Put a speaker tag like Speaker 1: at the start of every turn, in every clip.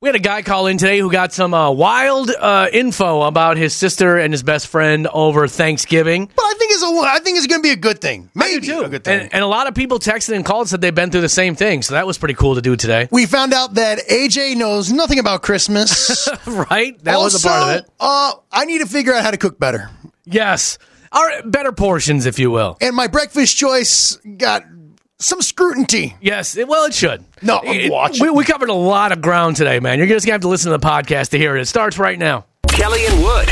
Speaker 1: We had a guy call in today who got some uh, wild uh, info about his sister and his best friend over Thanksgiving.
Speaker 2: But I think it's a, I think it's going to be a good thing. Maybe
Speaker 1: too.
Speaker 2: a good thing.
Speaker 1: And, and a lot of people texted and called said they've been through the same thing, so that was pretty cool to do today,
Speaker 2: we found out that AJ knows nothing about Christmas.
Speaker 1: right? That was a
Speaker 2: also,
Speaker 1: part of it.
Speaker 2: uh, I need to figure out how to cook better.
Speaker 1: Yes, our better portions, if you will.
Speaker 2: And my breakfast choice got some scrutiny.
Speaker 1: Yes, it, well, it should.
Speaker 2: No, I'm
Speaker 1: It-
Speaker 2: watching.
Speaker 1: We, we covered a lot of ground today, man. You're just gonna have to listen to the podcast to hear it. It starts right now.
Speaker 3: Kelly and Wood.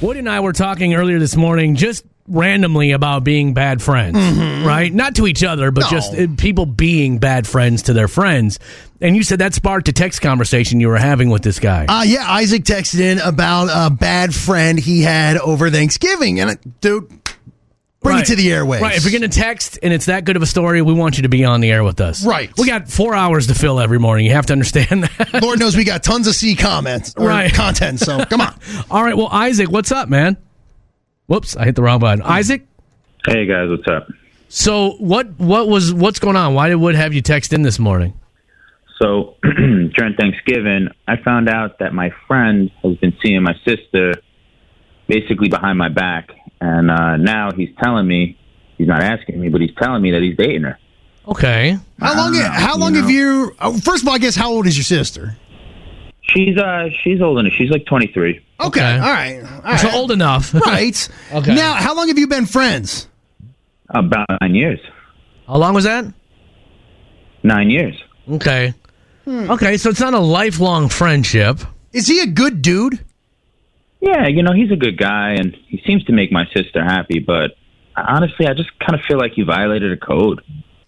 Speaker 1: Wood and I were talking earlier this morning just randomly about being bad friends,
Speaker 2: Mm-hmm.
Speaker 1: right? Not to each other, but just uh, people being bad friends to their friends. And you said that sparked a text conversation you were having with this guy.
Speaker 2: Uh, yeah, Isaac texted in about a bad friend he had over Thanksgiving, and it, dude, bring
Speaker 1: Right.
Speaker 2: it to the airways.
Speaker 1: Right. If you're going to text and it's that good of a story, we want you to be on the air with us.
Speaker 2: Right.
Speaker 1: We got four hours to fill every morning. You have to understand that.
Speaker 2: Lord knows we got tons of C comments or
Speaker 1: Right.
Speaker 2: content. So come on.
Speaker 1: All right. Well, Isaac, what's up, man? Whoops, I hit the wrong button. Isaac,
Speaker 4: Hey guys, what's up?
Speaker 1: so what what was what's going on? Why did Wood have you text in this morning?
Speaker 4: So during Thanksgiving, I found out that my friend has been seeing my sister basically behind my back, and uh, now he's telling me he's not asking me, but he's telling me that he's dating her.
Speaker 1: Okay.
Speaker 2: How long? How long have you? oh, First of all, I guess how old is your sister?
Speaker 4: She's uh she's old enough. She's like twenty three.
Speaker 2: Okay.
Speaker 1: Okay.
Speaker 2: All right. All right.
Speaker 1: So old enough.
Speaker 2: right.
Speaker 1: Okay.
Speaker 2: Now, how long have you been friends?
Speaker 4: About nine years.
Speaker 1: How long was that?
Speaker 4: Nine years.
Speaker 1: Okay. Okay, so it's not a lifelong friendship.
Speaker 2: Is he a good dude?
Speaker 4: Yeah, you know he's a good guy, and he seems to make my sister happy. But honestly, I just kind of feel like he violated a code.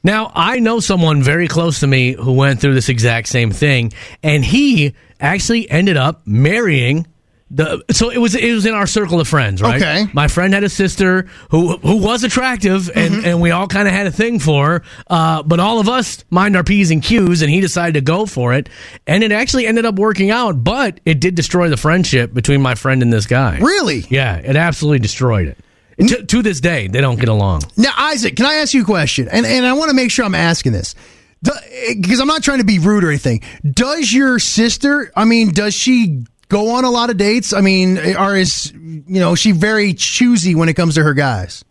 Speaker 1: Now, I know someone very close to me who went through this exact same thing, and he actually ended up marrying the. So it was it was in our circle of friends, right?
Speaker 2: Okay.
Speaker 1: My friend had a sister who who was attractive, and and we all kind of had a thing for her. Uh, but all of us mind our p's and q's, and he decided to go for it, and it actually ended up working out. But it did destroy the friendship between my friend and this guy.
Speaker 2: Really?
Speaker 1: Yeah, it absolutely destroyed it. To, to this day, they don't get along.
Speaker 2: Now, Isaac, can I ask you a question? And and I want to make sure I'm asking this because I'm not trying to be rude or anything. Does your sister? I mean, does she go on a lot of dates? I mean, or is you know she very choosy when it comes to her guys?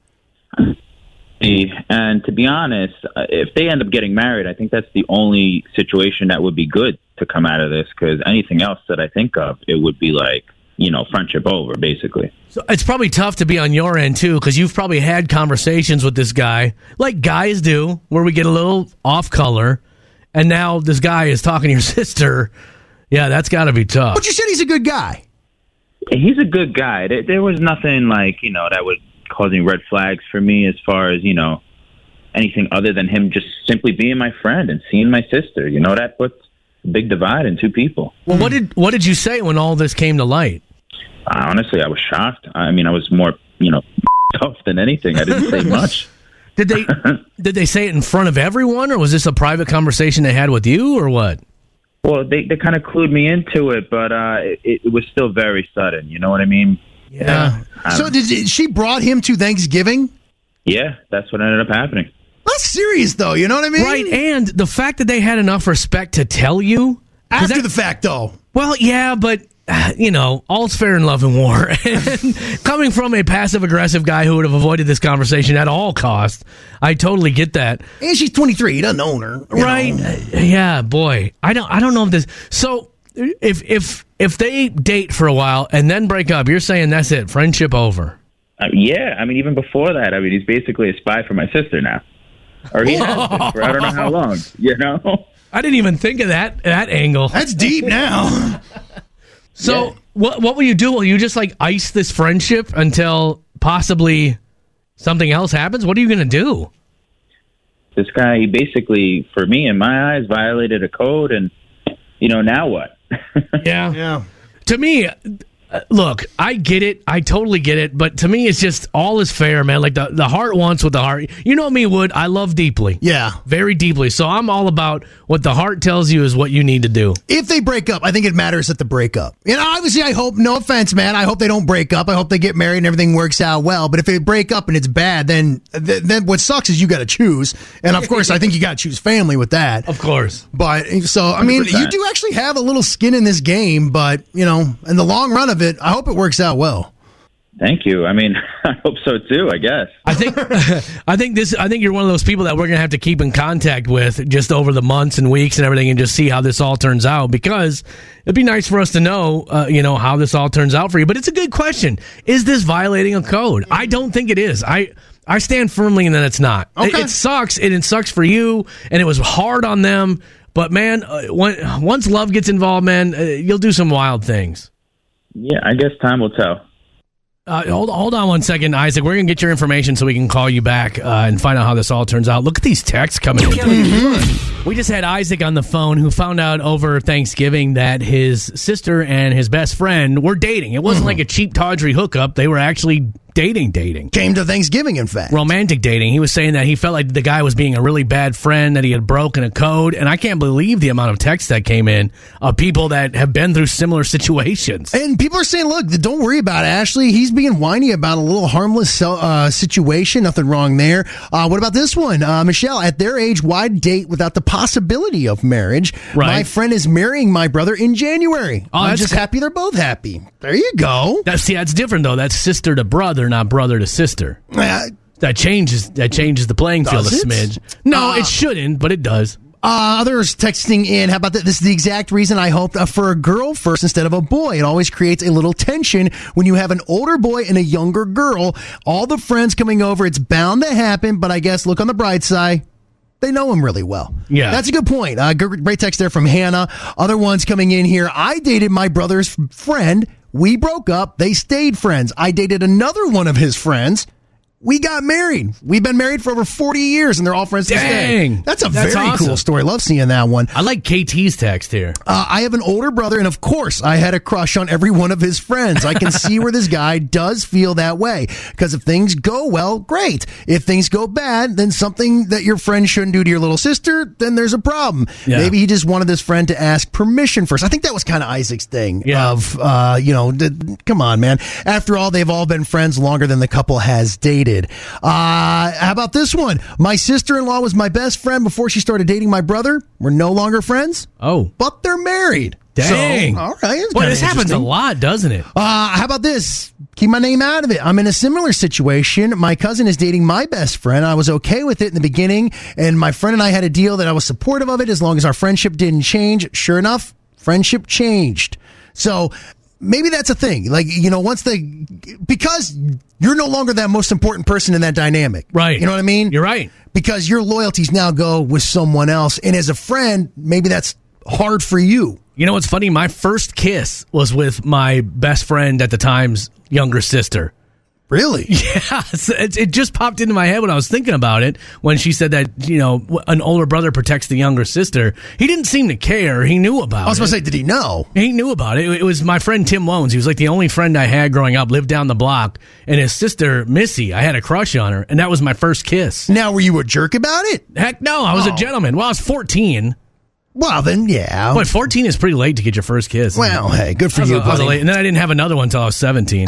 Speaker 4: And to be honest, uh, if they end up getting married, I think that's the only situation that would be good to come out of this because anything else that I think of, it would be like, you know, friendship over, basically.
Speaker 1: So it's probably tough to be on your end too, because you've probably had conversations with this guy, like guys do, where we get a little off color, and now this guy is talking to your sister. Yeah, that's got to be tough.
Speaker 2: But you said he's a good guy.
Speaker 4: He's a good guy. There, there was nothing like, you know, that was causing red flags for me as far as, you know, anything other than him just simply being my friend and seeing my sister. You know, that puts a big divide in two people.
Speaker 1: well, what did what did you say when all this came to light?
Speaker 4: Honestly, I was shocked. I mean, I was more, you know, tough than anything. I didn't say much.
Speaker 1: Did they did they say it in front of everyone, or was this a private conversation they had with you, or what?
Speaker 4: Well, they they kind of clued me into it, but uh, it, it was still very sudden. You know what I mean?
Speaker 1: Yeah.
Speaker 4: Um,
Speaker 2: So did- did she brought him to Thanksgiving?
Speaker 4: Yeah, that's what ended up happening.
Speaker 2: Not serious though. You know what I mean?
Speaker 1: Right, and the fact that they had enough respect to tell you 'cause
Speaker 2: After
Speaker 1: that-
Speaker 2: the fact, though.
Speaker 1: Well, yeah, but uh, you know, all's fair in love and war. and coming from a passive aggressive guy who would have avoided this conversation at all costs, I totally get that.
Speaker 2: And she's 23. He doesn't own her. you
Speaker 1: right?
Speaker 2: know.
Speaker 1: Uh, Yeah, boy. I don't. I don't know if this. So if if if they date for a while and then break up, you're saying that's it, friendship over.
Speaker 4: Uh, yeah, I mean, even before that, I mean, he's basically a spy for my sister now, or he has been for I don't know how long. You know?
Speaker 1: I didn't even think of that that angle.
Speaker 2: That's deep now.
Speaker 1: So what what will you do? Will you just like ice this friendship until possibly something else happens? What are you gonna do?
Speaker 4: This guy, he basically, for me in my eyes, violated a code, and you know, now what?
Speaker 1: Yeah.
Speaker 2: yeah.
Speaker 1: to me, uh, look, I get it. I totally get it. But to me, it's just all is fair, man. Like the, the heart wants what the heart. You know me, Wood. I love deeply.
Speaker 2: Yeah.
Speaker 1: Very deeply. So I'm all about what the heart tells you is what you need to do.
Speaker 2: If they break up, I think it matters at the breakup. And obviously, I hope, no offense, man, I hope they don't break up. I hope they get married and everything works out well. But if they break up and it's bad, then th- then what sucks is you got to choose. And of course, I think you got to choose family with that.
Speaker 1: Of course.
Speaker 2: But so, I mean, you
Speaker 4: 100%.
Speaker 2: do actually have a little skin in this game, but, you know, in the long run of it, I hope it works out well.
Speaker 4: Thank you. I mean, I hope so too. I guess.
Speaker 1: I think I think this I think you're one of those people that we're gonna have to keep in contact with just over the months and weeks and everything and just see how this all turns out because it'd be nice for us to know uh, you know how this all turns out for you. But it's a good question. Is this violating a code? I don't think it is. I I stand firmly in that it's not. It,
Speaker 2: Okay.
Speaker 1: it sucks and it sucks for you and it was hard on them. But man, uh, when, once love gets involved, man, uh, you'll do some wild things.
Speaker 4: Yeah, I guess time will tell.
Speaker 1: Uh, hold, hold on one second, Isaac. We're going to get your information so we can call you back uh, and find out how this all turns out. Look at these texts coming in. We just had Isaac on the phone who found out over Thanksgiving that his sister and his best friend were dating. It wasn't like a cheap, tawdry hookup. They were actually dating, dating
Speaker 2: Came to Thanksgiving, in fact.
Speaker 1: romantic dating. He was saying that he felt like the guy was being a really bad friend, that he had broken a code. And I can't believe the amount of texts that came in of people that have been through similar situations.
Speaker 2: And people are saying, look, don't worry about it, Ashley. He's being whiny about a little harmless uh, situation. Nothing wrong there. Uh, what about this one? Uh, Michelle, at their age, why date without the possibility of marriage?
Speaker 1: Right.
Speaker 2: My friend is marrying my brother in January.
Speaker 1: Oh,
Speaker 2: I'm
Speaker 1: that's
Speaker 2: just
Speaker 1: co-
Speaker 2: happy they're both happy. There you go.
Speaker 1: That's see, that's different though. That's sister to brother, not brother to sister.
Speaker 2: Uh,
Speaker 1: That changes that changes the playing field
Speaker 2: Does
Speaker 1: a
Speaker 2: it?
Speaker 1: smidge. No,
Speaker 2: Uh,
Speaker 1: it shouldn't, but it does.
Speaker 2: Uh, others texting in, how about that? This is the exact reason I hoped uh, for a girl first instead of a boy. It always creates a little tension when you have an older boy and a younger girl. All the friends coming over, it's bound to happen, but I guess look on the bright side. They know him really well.
Speaker 1: Yeah.
Speaker 2: That's a good point. Uh, gr- great text there from Hannah. Other ones coming in here. I dated my brother's f- friend. We broke up. They stayed friends. I dated another one of his friends. We got married. We've been married for over 40 years and they're all friends to this day.
Speaker 1: Dang.
Speaker 2: That's a
Speaker 1: That's
Speaker 2: very
Speaker 1: awesome.
Speaker 2: cool story. Love seeing that one.
Speaker 1: I like KT's text here.
Speaker 2: Uh, I have an older brother, and of course, I had a crush on every one of his friends. I can see where this guy does feel that way. Because if things go well, great. If things go bad, then something that your friend shouldn't do to your little sister, then there's a problem.
Speaker 1: Yeah.
Speaker 2: Maybe he just wanted this friend to ask permission first. I think that was kind of Isaac's thing
Speaker 1: Yeah.
Speaker 2: of, uh, you know, d- come on, man. After all, they've all been friends longer than the couple has dated. Uh, how about this one? My sister in law was my best friend before she started dating my brother. We're no longer friends
Speaker 1: Oh,
Speaker 2: but they're married.
Speaker 1: dang!
Speaker 2: So, all right. it's
Speaker 1: Boy,
Speaker 2: kinda
Speaker 1: this happens a
Speaker 2: interesting.
Speaker 1: lot, doesn't it?
Speaker 2: Uh, how about this? Keep my name out of it. I'm in a similar situation. My cousin is dating my best friend. I was okay with it in the beginning, and my friend and I had a deal that I was supportive of it as long as our friendship didn't change. Sure enough, friendship changed. So maybe that's a thing. Like, you know, once they, because you're no longer that most important person in that dynamic.
Speaker 1: Right.
Speaker 2: You know what I mean?
Speaker 1: You're right.
Speaker 2: because your loyalties now go with someone else. And as a friend, maybe that's hard for you.
Speaker 1: You know what's funny? My first kiss was with my best friend at the time's younger sister.
Speaker 2: Really?
Speaker 1: Yeah, so it, it just popped into my head when I was thinking about it when she said that you know an older brother protects the younger sister. He didn't seem to care. He knew about.
Speaker 2: I was
Speaker 1: it.
Speaker 2: going to say, did he know?
Speaker 1: He knew about it. It was my friend Tim Loans. He was like the only friend I had growing up, lived down the block. And his sister, Missy, I had a crush on her. And that was my first kiss.
Speaker 2: Now, were you a jerk about it?
Speaker 1: Heck no, I was
Speaker 2: Oh.
Speaker 1: a gentleman. Well, I was 14.
Speaker 2: Well, then, yeah.
Speaker 1: But 14 is pretty late to get your first kiss.
Speaker 2: well, hey, good for
Speaker 1: I was,
Speaker 2: you,
Speaker 1: I was
Speaker 2: buddy.
Speaker 1: late. And then I didn't have another one until I was 17.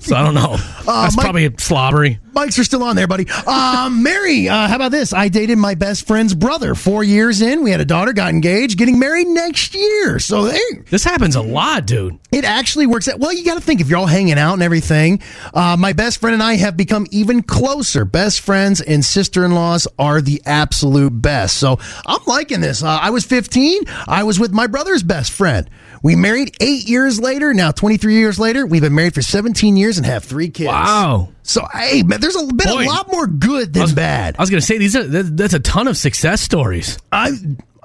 Speaker 1: so I don't know. That's
Speaker 2: Mike-
Speaker 1: probably slobbery.
Speaker 2: Mics are still on there, buddy. Um, Mary, uh, how about this? I dated my best friend's brother four years in. We had a daughter, got engaged, getting married next year. So, hey,
Speaker 1: This happens a lot, dude.
Speaker 2: It actually works out. Well, you got to think if you're all hanging out and everything. Uh, my best friend and I have become even closer. Best friends and sister in laws are the absolute best. So I'm liking this. Uh, I was 15. I was with my brother's best friend. We married eight years later. Now 23 years later, we've been married for 17 years and have three kids.
Speaker 1: Wow.
Speaker 2: So hey, man, there's a, been
Speaker 1: Boy.
Speaker 2: a lot more good than bad.
Speaker 1: I was going to say, these are, that- that's a ton of success stories.
Speaker 2: I,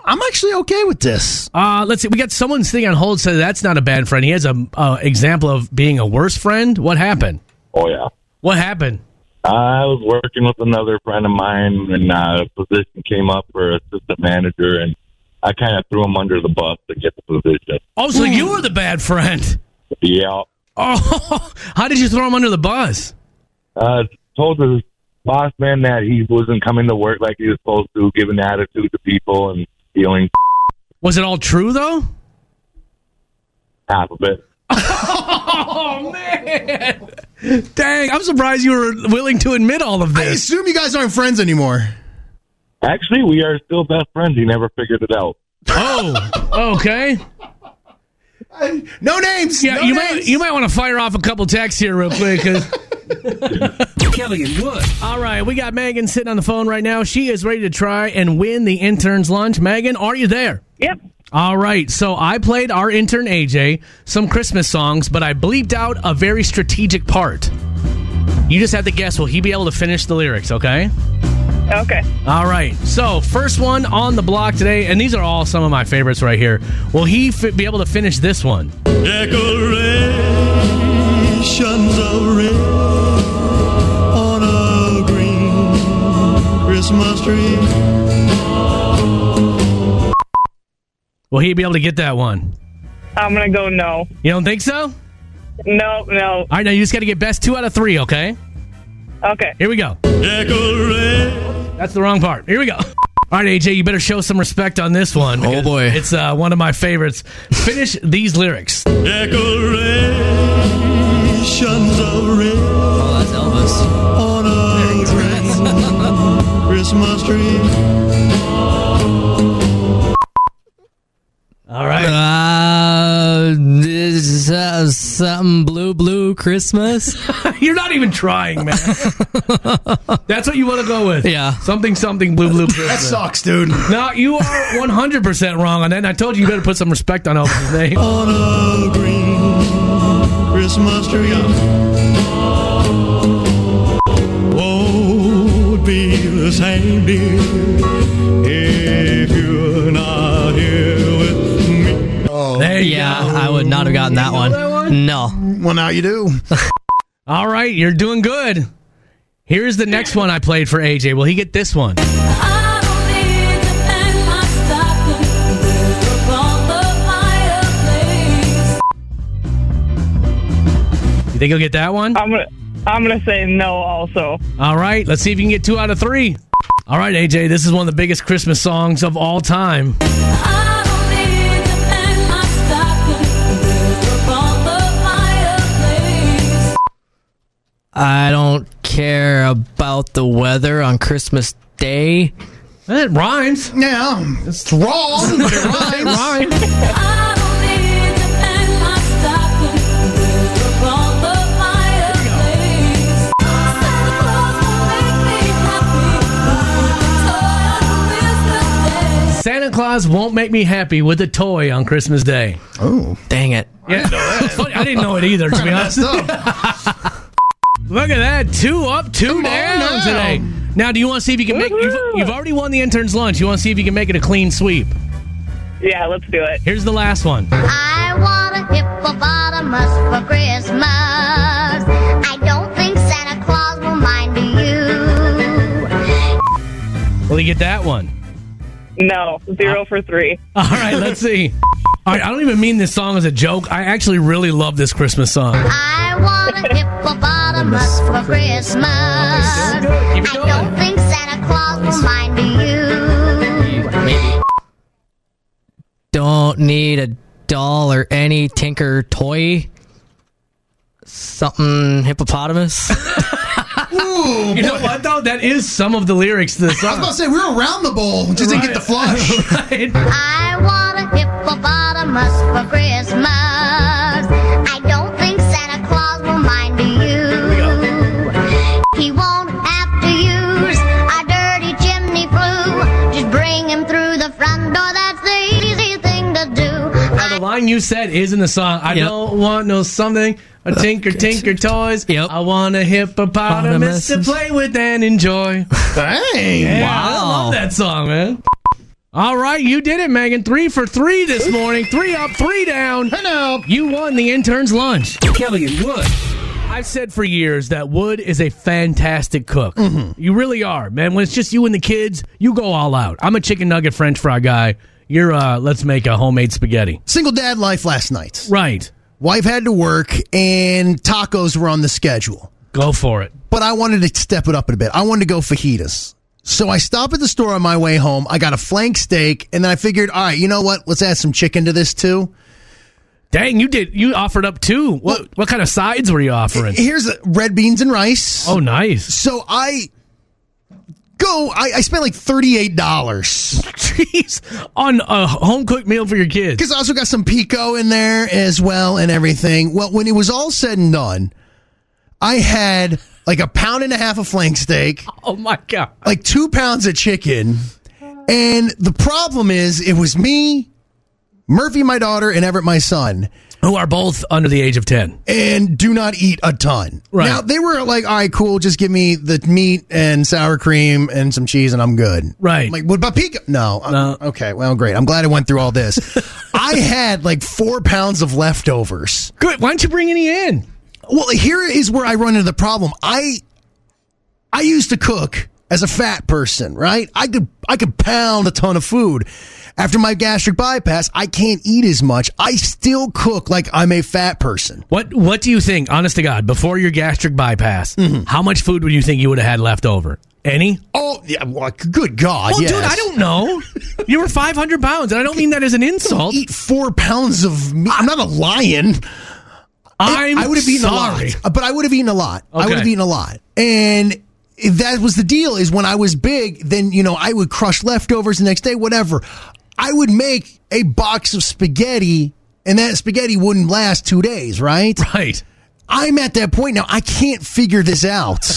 Speaker 2: I'm actually okay with this.
Speaker 1: Uh, let's see. We got someone's thing on hold. Said that's not a bad friend. He has a uh, example of being a worse friend. What happened?
Speaker 3: Oh yeah.
Speaker 1: What happened?
Speaker 3: I was working with another friend of mine, and uh, a position came up for assistant manager, and I kind of threw him under the bus to get the position.
Speaker 1: Hmm. Oh, so you were the bad friend.
Speaker 3: Yeah.
Speaker 1: Oh, how did you throw him under the bus?
Speaker 3: Uh, told the boss man that he wasn't coming to work like he was supposed to, giving attitude to people and stealing
Speaker 1: Was it all true though?
Speaker 3: half of it.
Speaker 1: Oh man! Dang, I'm surprised you were willing to admit all of
Speaker 2: I
Speaker 1: this.
Speaker 2: assume you guys aren't friends anymore.
Speaker 3: Actually, we are still best friends. He never figured it out.
Speaker 1: Oh, okay.
Speaker 2: No names.
Speaker 1: Yeah,
Speaker 2: no
Speaker 1: you
Speaker 2: names.
Speaker 1: might you might want to fire off a couple texts here real quick. 'cause-
Speaker 5: Kelly and Wood.
Speaker 1: all right, we got Megan sitting on the phone right now. She is ready to try and win the intern's lunch. Megan, are you there?
Speaker 6: Yep.
Speaker 1: All right, so I played our intern AJ some Christmas songs, but I bleeped out a very strategic part. You just have to guess will he be able to finish the lyrics, okay?
Speaker 6: Okay.
Speaker 1: All right, so first one on the block today, and these are all some of my favorites right here. Will he fi- be able to finish this one?
Speaker 7: Decorations of red on a green Christmas tree.
Speaker 1: Will he be able to get that one?
Speaker 6: I'm gonna go no.
Speaker 1: You don't think so? All
Speaker 6: No, no.
Speaker 1: right, now you just got to get best two out of three, okay?
Speaker 6: Okay.
Speaker 1: Here we go.
Speaker 7: Decorate
Speaker 1: That's the wrong part. Here we go. All right, AJ, you better show some respect on this one.
Speaker 5: Oh,
Speaker 1: because
Speaker 2: boy.
Speaker 1: It's uh, one of my favorites. Finish these lyrics.
Speaker 7: decorations of red
Speaker 5: Oh, that's Elvis.
Speaker 7: on a green Christmas tree.
Speaker 1: All right.
Speaker 5: Uh, this, uh, something blue, blue Christmas.
Speaker 1: You're not even trying, man. That's what you want to go with.
Speaker 5: Yeah.
Speaker 1: Something, something, blue, blue.
Speaker 2: That sucks, dude.
Speaker 1: No, you are 100% wrong on that. And I told you you better put some respect on Elvis's name.
Speaker 7: On a green Christmas tree. Won't be the same, dear, if you're not here with me.
Speaker 1: There you
Speaker 5: Oh, Yeah,
Speaker 1: go.
Speaker 5: I would not have gotten that one.
Speaker 1: that one?
Speaker 5: No.
Speaker 2: Well, now you do.
Speaker 1: All right, you're doing good. Here's the next one I played for AJ. Will he get this one? You think he'll get that one?
Speaker 6: I'm gonna I'm gonna say no also.
Speaker 1: All right, let's see if you can get two out of three. All right, AJ, this is one of the biggest Christmas songs of all time.
Speaker 5: I don't care about the weather on Christmas Day.
Speaker 1: That Eh, rhymes.
Speaker 2: Yeah, it's wrong, but it rhymes.
Speaker 1: Rhymes. Santa Claus won't make me happy with a toy on Christmas Day.
Speaker 2: Oh,
Speaker 5: Dang it.
Speaker 1: Yeah, It's funny, I didn't know it either, to be honest.
Speaker 2: stop.
Speaker 1: Look at that. Two up, two
Speaker 2: on
Speaker 1: down
Speaker 2: now.
Speaker 1: today. Now, do you want to see if you can make you've,
Speaker 6: Woohoo!
Speaker 1: you've already won the intern's lunch. You want to see if you can make it a clean sweep.
Speaker 6: Yeah, let's do it.
Speaker 1: Here's the last one.
Speaker 8: I want a hippopotamus for Christmas. I don't think Santa Claus will mind you.
Speaker 1: Will you get that one?
Speaker 6: No. Zero for three.
Speaker 1: All right, let's see. All right, I don't even mean this song as a joke. I actually really love this Christmas song.
Speaker 8: I want a hippopotamus for Christmas.
Speaker 1: Keep it
Speaker 8: I
Speaker 1: going.
Speaker 8: don't think Santa Claus will mind you.
Speaker 5: Don't need a doll or any tinker toy. Something hippopotamus.
Speaker 1: You know what though? That is some of the lyrics to the
Speaker 2: I was about to
Speaker 1: song.
Speaker 2: say we're around the bowl, just didn't get the flush.
Speaker 8: I want a hippopotamus for Christmas. I don't think Santa Claus will mind you. He won't have to use a dirty chimney flue. Just bring him through the front door. That's the easy thing to do.
Speaker 1: Now, the line you said is in the song. I
Speaker 5: Yep.
Speaker 1: don't want no something. A tinker, tinker toys.
Speaker 5: Yep.
Speaker 1: I want a hippopotamus to
Speaker 5: Hippopotamus.
Speaker 1: play with and enjoy.
Speaker 2: Dang.
Speaker 1: Yeah, I love that song, man. All right, you did it, Megan. Three for three this morning. Three up, three down.
Speaker 2: Hello.
Speaker 1: You won the intern's lunch.
Speaker 5: Kelly and Wood.
Speaker 1: I've said for years that Wood is a fantastic cook. You really are, man. When it's just you and the kids, you go all out. I'm a chicken nugget French fry guy. You're uh let's make a homemade spaghetti.
Speaker 2: Single dad life last night.
Speaker 1: Right.
Speaker 2: Wife had to work, and tacos were on the schedule.
Speaker 1: Go for it.
Speaker 2: But I wanted to step it up a bit. I wanted to go fajitas. So I stop at the store on my way home. I got a flank steak, and then I figured, all right, you know what? Let's add some chicken to this too.
Speaker 1: Dang, you did. You offered up two. What what kind of sides were you offering?
Speaker 2: Here's the red beans and rice.
Speaker 1: Oh, nice.
Speaker 2: So I go. I, I spent like thirty eight dollars
Speaker 1: Jeez, on a home cooked meal for your kids.
Speaker 2: because I also got some pico in there as well and everything. Well, when it was all said and done, I had like a pound and a half of flank steak,
Speaker 1: Oh my god.
Speaker 2: like two pounds of chicken, and the problem is it was me, Murphy, my daughter, and Everett, my son.
Speaker 1: Who are both under the age of ten?
Speaker 2: and do not eat a ton.
Speaker 1: Right.
Speaker 2: Now they were like, all right, cool, just give me the meat and sour cream and some cheese and I'm good.
Speaker 1: Right.
Speaker 2: I'm like, what about pico? No. I'm-
Speaker 1: No.
Speaker 2: Okay, well, great. I'm glad I went through all this. I had like four pounds of leftovers.
Speaker 1: Good. Why don't you bring any in?
Speaker 2: Well, here is where I run into the problem. I I used to cook as a fat person, right? I could I could pound a ton of food. After my gastric bypass, I can't eat as much. I still cook like I'm a fat person.
Speaker 1: What What do you think, honest to God, before your gastric bypass, how much food would you think you would have had left over? Any?
Speaker 2: Oh, yeah. Well, good God.
Speaker 1: Well,
Speaker 2: yes.
Speaker 1: dude, I don't know. you were 500 pounds, and I don't mean that as an insult.
Speaker 2: eat four pounds of meat. I'm not a lion.
Speaker 1: I'm
Speaker 2: I would have eaten
Speaker 1: sorry.
Speaker 2: a lot. But I would have eaten a lot. I would have
Speaker 1: Okay.
Speaker 2: eaten a lot. And that was the deal is when I was big, then, you know, I would crush leftovers the next day, whatever. I would make a box of spaghetti and that spaghetti wouldn't last two days, right?
Speaker 1: Right.
Speaker 2: I'm at that point now. I can't figure this out.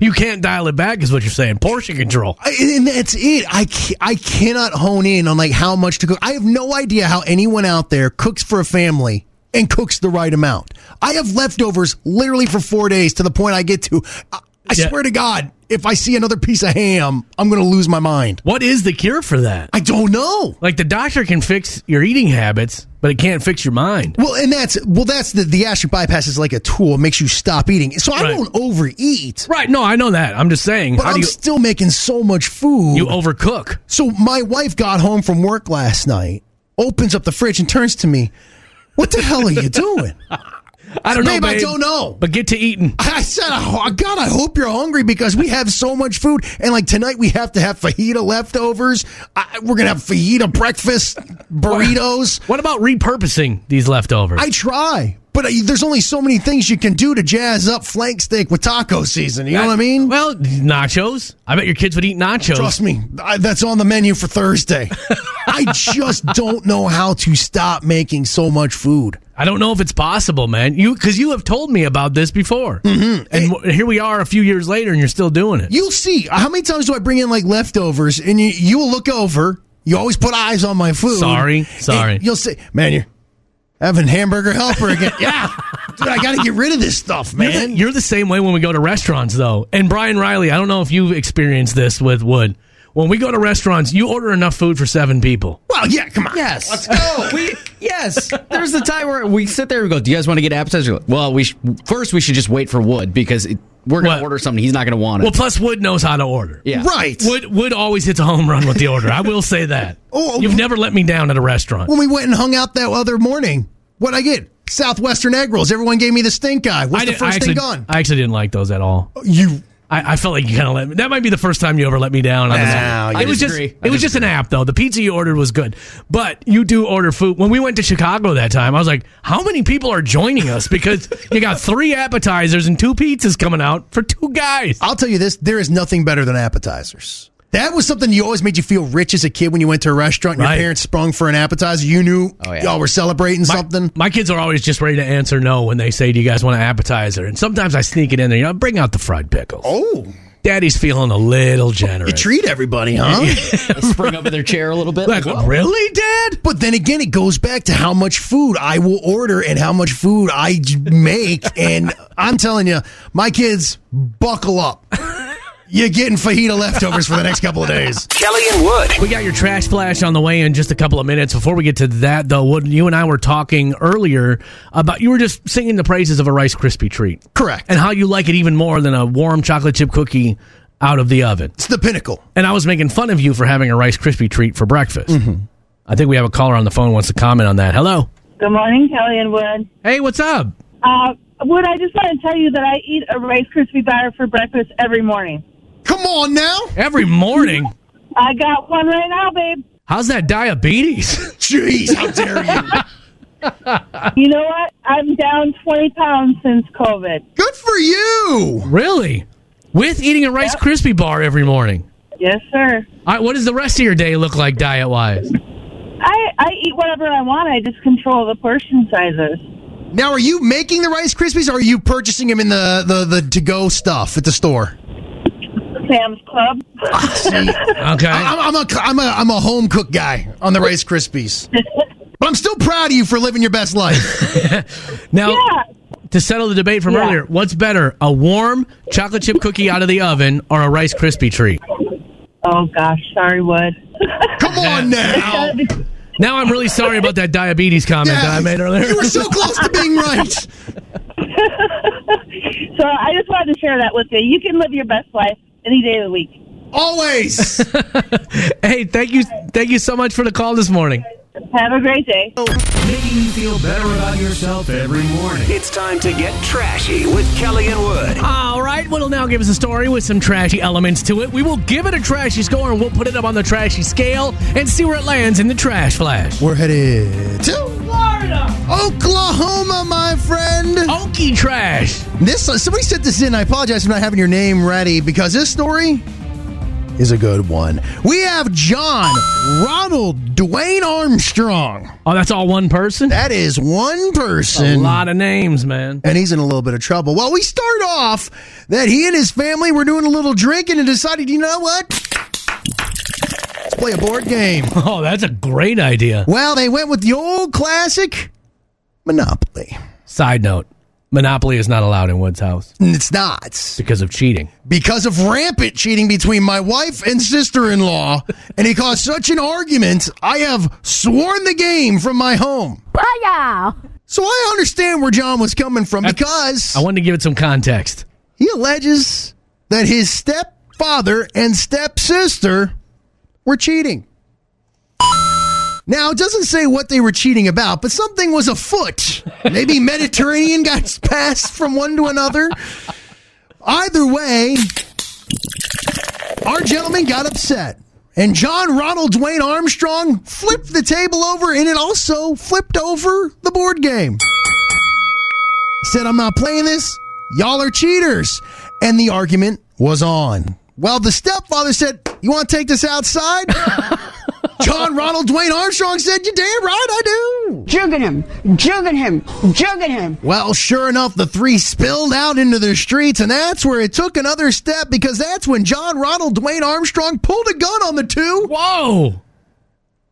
Speaker 1: You can't dial it back, is what you're saying. Portion control.
Speaker 2: I- and that's it. I, ca- I cannot hone in on like how much to cook. I have no idea how anyone out there cooks for a family and cooks the right amount. I have leftovers literally for four days to the point I get to. I, I
Speaker 1: Yeah.
Speaker 2: swear to God, if I see another piece of ham, I'm going to lose my mind.
Speaker 1: What is the cure for that?
Speaker 2: I don't know.
Speaker 1: Like the doctor can fix your eating habits, but it can't fix your mind.
Speaker 2: Well, and that's well, that's the the gastric bypass is like a tool. It makes you stop eating. So I
Speaker 1: Right.
Speaker 2: don't overeat,
Speaker 1: Right? No, I know that. I'm just saying.
Speaker 2: but
Speaker 1: How
Speaker 2: I'm
Speaker 1: do you
Speaker 2: still making so much food.
Speaker 1: you overcook?
Speaker 2: So my wife got home from work last night, opens up the fridge and turns to me. What the hell are you doing?
Speaker 1: I don't know,
Speaker 2: babe,
Speaker 1: babe.
Speaker 2: I don't know.
Speaker 1: But get to eating.
Speaker 2: I said, oh, God, I hope you're hungry because we have so much food. And like tonight, we have to have fajita leftovers. I, we're going to have fajita breakfast, burritos.
Speaker 1: What about repurposing these leftovers?
Speaker 2: I try, but uh, there's only so many things you can do to jazz up flank steak with taco season. You know what I mean?
Speaker 1: Well, nachos. I bet your kids would eat nachos.
Speaker 2: Trust me, I, that's on the menu for Thursday. I just don't know how to stop making so much food.
Speaker 1: I don't know if it's possible, man. You because you have told me about this before, mm-hmm. and w- here we are a few years later, and you're still doing it.
Speaker 2: You'll see. Uh, How many times do I bring in like leftovers? And you, you will look over. You always put eyes on my food.
Speaker 1: Sorry,
Speaker 2: And
Speaker 1: sorry.
Speaker 2: You'll say, man, you're having hamburger helper again. yeah. Dude, I got to get rid of this stuff,
Speaker 1: You're
Speaker 2: man.
Speaker 1: the, you're the same way when we go to restaurants, though. And Brian Riley, I don't know if you've experienced this with Wood. When we go to restaurants, you order enough food for seven people.
Speaker 2: well, yeah, come on.
Speaker 5: Yes. Let's go. we yes. There's the time where we sit there and go, "Do you guys want to get appetizers?" We're like, Well, we sh- first we should just wait for Wood because it, we're gonna
Speaker 1: What?
Speaker 5: order something he's not gonna want it.
Speaker 1: Well, plus Wood knows how to order.
Speaker 5: yeah.
Speaker 2: Right.
Speaker 1: Wood Wood always hits a home run with the order. I will say that.
Speaker 2: Oh,
Speaker 1: You've never let me down at a restaurant.
Speaker 2: When we went and hung out that other morning, what'd I get? Southwestern egg rolls. Everyone gave me the stink eye. What's
Speaker 1: I
Speaker 2: the
Speaker 1: did- I
Speaker 2: first
Speaker 1: actually,
Speaker 2: thing gone?
Speaker 1: I actually didn't like those at all.
Speaker 2: you.
Speaker 1: I, I felt like you kind of let me. That might be the first time you ever let me down. on
Speaker 2: Nah,
Speaker 1: this.
Speaker 2: I
Speaker 1: it was just
Speaker 5: disagree.
Speaker 1: it was just an app though. The pizza you ordered was good, but you do order food. When we went to Chicago that time, I was like, "How many people are joining us?" Because you got three appetizers and two pizzas coming out for two guys.
Speaker 2: I'll tell you this: there is nothing better than appetizers. That was something you always made you feel rich as a kid when you went to a restaurant. and
Speaker 1: Right.
Speaker 2: Your parents sprung for an appetizer. You knew
Speaker 5: Oh, yeah.
Speaker 2: y'all were celebrating something.
Speaker 1: My kids are always just ready to answer no when they say, "Do you guys want an appetizer?" And sometimes I sneak it in there. You know, bring out the fried pickles.
Speaker 2: Oh,
Speaker 1: Daddy's feeling a little generous.
Speaker 2: you treat everybody, huh?
Speaker 5: Spring up in their chair a little bit.
Speaker 1: like,
Speaker 5: "Whoa."
Speaker 1: really, Dad?
Speaker 2: But then again, it goes back to how much food I will order and how much food I j- make. and I'm telling you, my kids, buckle up. You're getting fajita leftovers for the next couple of days.
Speaker 9: Kelly and Wood.
Speaker 1: We got your trash flash on the way in just a couple of minutes. Before we get to that, though, Wood, you and I were talking earlier about you were just singing the praises of a Rice Krispie treat
Speaker 2: Correct.
Speaker 1: and how you like it even more than a warm chocolate chip cookie out of the oven.
Speaker 2: It's the pinnacle.
Speaker 1: And I was making fun of you for having a Rice Krispie treat for breakfast. I think we have a caller on the phone who wants to comment on that. Hello.
Speaker 9: Good morning, Kelly and Wood.
Speaker 1: Hey, what's up?
Speaker 9: Uh, Wood, I just want to tell you that I eat a Rice Krispie bar for breakfast every morning.
Speaker 2: Come on now.
Speaker 1: Every morning.
Speaker 9: I got one right now, babe.
Speaker 1: How's that diabetes?
Speaker 2: Jeez, how dare you?
Speaker 9: You know what? I'm down 20 pounds since COVID.
Speaker 2: Good for you.
Speaker 1: really? With eating a Rice Krispie bar every morning.
Speaker 9: Yes, sir.
Speaker 1: All right, what does the rest of your day look like diet wise?
Speaker 9: I, I eat whatever I want. I just control the portion sizes.
Speaker 2: Now, are you making the Rice Krispies or are you purchasing them in the, the, the to go stuff at the store?
Speaker 9: Sam's Club.
Speaker 1: Okay.
Speaker 2: I'm, I'm, a, I'm, a, I'm a home cook guy on the Rice Krispies. But I'm still proud of you for living your best life.
Speaker 1: Now,
Speaker 9: Yeah.
Speaker 1: to settle the debate from
Speaker 9: Yeah.
Speaker 1: earlier, what's better, a warm chocolate chip cookie out of the oven or a Rice Krispie treat?
Speaker 9: Oh, gosh. Sorry, Wood.
Speaker 2: Come on now.
Speaker 1: Now I'm really sorry about that diabetes comment that I made earlier.
Speaker 2: You were so close to being right.
Speaker 9: So I just wanted to share that with you. You can live your best life any day of the week.
Speaker 2: Always.
Speaker 1: hey, thank you, thank you so much for the call this morning.
Speaker 9: Have a great day.
Speaker 7: Making you feel better about yourself every morning.
Speaker 10: It's time to get trashy with Kelly and Wood.
Speaker 1: All right, Wood'll now give us a story with some trashy elements to it. We will give it a trashy score and we'll put it up on the trashy scale and see where it lands in the trash flash.
Speaker 2: We're headed to Florida, Oklahoma, my friend.
Speaker 1: Okie trash.
Speaker 2: This somebody sent this in. I apologize for not having your name ready because this story is a good one. We have John Ronald Dwayne Armstrong.
Speaker 1: Oh, that's all one person.
Speaker 2: That is one
Speaker 1: a
Speaker 2: person.
Speaker 1: lot of names, man.
Speaker 2: and he's in a little bit of trouble. Well, we start off that he and his family were doing a little drinking and decided, you know what? Let's play a board game.
Speaker 1: Oh, that's a great idea.
Speaker 2: Well, they went with the old classic Monopoly.
Speaker 1: Side note: Monopoly is not allowed in Wood's house
Speaker 2: And It's not.
Speaker 1: because of cheating.
Speaker 2: because of rampant cheating between my wife and sister in law, and it caused such an argument, I have sworn the game from my home. So I understand where John was coming from because
Speaker 1: I wanted to give it some context.
Speaker 2: he alleges that his stepfather and stepsister were cheating. Now, it doesn't say what they were cheating about, but something was afoot. Maybe Mediterranean got passed from one to another. Either way, our gentleman got upset. And John Ronald Dwayne Armstrong flipped the table over, and it also flipped over the board game. He said, I'm not playing this. Y'all are cheaters. And the argument was on. Well, the stepfather said, You want to take this outside? John Ronald Dwayne Armstrong said, You damn right I do.
Speaker 9: Jugging him, jugging him, jugging him.
Speaker 2: Well, sure enough, the three spilled out into the streets, and that's where it took another step because that's when John Ronald Dwayne Armstrong pulled a gun on the two.
Speaker 1: Whoa!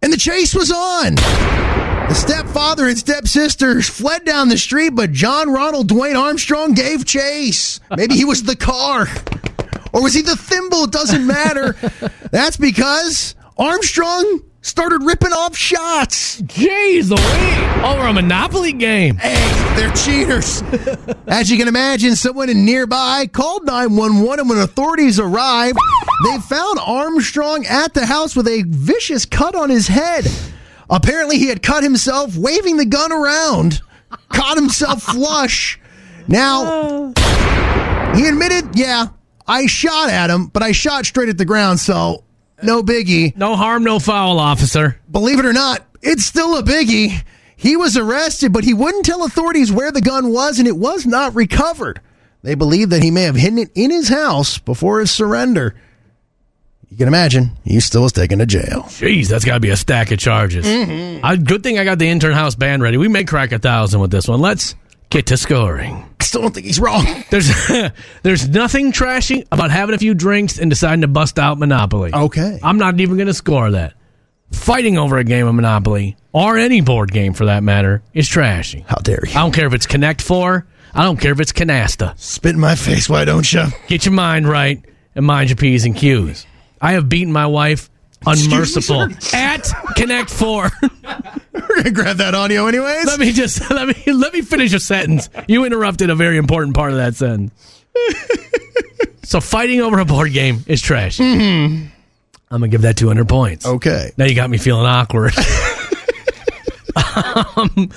Speaker 2: and the chase was on. The stepfather and stepsister fled down the street, but John Ronald Dwayne Armstrong gave chase. Maybe he was the car. Or was he the thimble? It doesn't matter. That's because Armstrong started ripping off shots.
Speaker 1: Jeez, the way over a Monopoly game.
Speaker 2: Hey, they're cheaters. As you can imagine, someone in nearby called 911, and when authorities arrived, they found Armstrong at the house with a vicious cut on his head. Apparently, he had cut himself waving the gun around, caught himself flush. Now, he admitted, yeah, I shot at him, but I shot straight at the ground, so no biggie
Speaker 1: No harm, no foul, officer.
Speaker 2: believe it or not, it's still a biggie. He was arrested, but he wouldn't tell authorities where the gun was, and it was not recovered. They believe that he may have hidden it in his house before his surrender. You can imagine, he still is taken to jail.
Speaker 1: Jeez, that's got to be a stack of charges. I, good thing I got the intern house band ready. We may crack a thousand with this one. Let's get to scoring.
Speaker 2: I still don't think he's wrong.
Speaker 1: There's there's nothing trashy about having a few drinks and deciding to bust out Monopoly.
Speaker 2: Okay.
Speaker 1: I'm not even going to score that. Fighting over a game of Monopoly or any board game for that matter is trashy.
Speaker 2: How dare
Speaker 1: I
Speaker 2: you?
Speaker 1: don't care if it's Connect Four. I don't care if it's Canasta.
Speaker 2: Spit in my face, why don't you?
Speaker 1: Get your mind right and mind your p's and q's. I have beaten my wife unmerciful at Connect Four.
Speaker 2: We're going to grab that audio anyways.
Speaker 1: let me just let me let me finish a sentence. You interrupted a very important part of that sentence. so fighting over a board game is trash. I'm gonna give that 200 points.
Speaker 2: okay.
Speaker 1: Now you got me feeling awkward. um,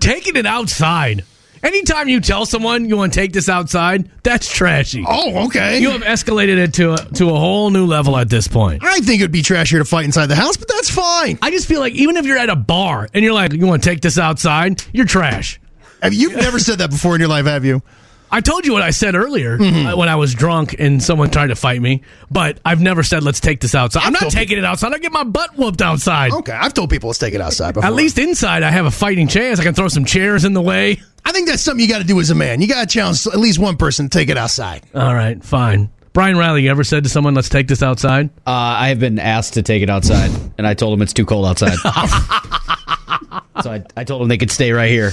Speaker 1: taking it outside. Anytime you tell someone you want to take this outside, that's trashy.
Speaker 2: Oh, okay.
Speaker 1: You have escalated it to a, to a whole new level at this point.
Speaker 2: I think it would be trashier to fight inside the house, but that's fine.
Speaker 1: I just feel like even if you're at a bar and you're like, you want to take this outside, you're trash.
Speaker 2: Have- You've never said that before in your life, have you?
Speaker 1: I told you what I said earlier uh, when I was drunk and someone tried to fight me, but I've never said, let's take this outside. I'm not
Speaker 2: told
Speaker 1: taking it outside. I get my butt whooped outside.
Speaker 2: Okay, I've told people let's take it outside before.
Speaker 1: At least inside, I have a fighting chance. I can throw some chairs in the way.
Speaker 2: I think that's something you got to do as a man. You got to challenge at least one person to take it outside.
Speaker 1: All right, fine. Brian Riley, you ever said to someone, let's take this outside?
Speaker 5: Uh, I have been asked to take it outside, and I told them it's too cold outside. so I, I told them they could stay right here.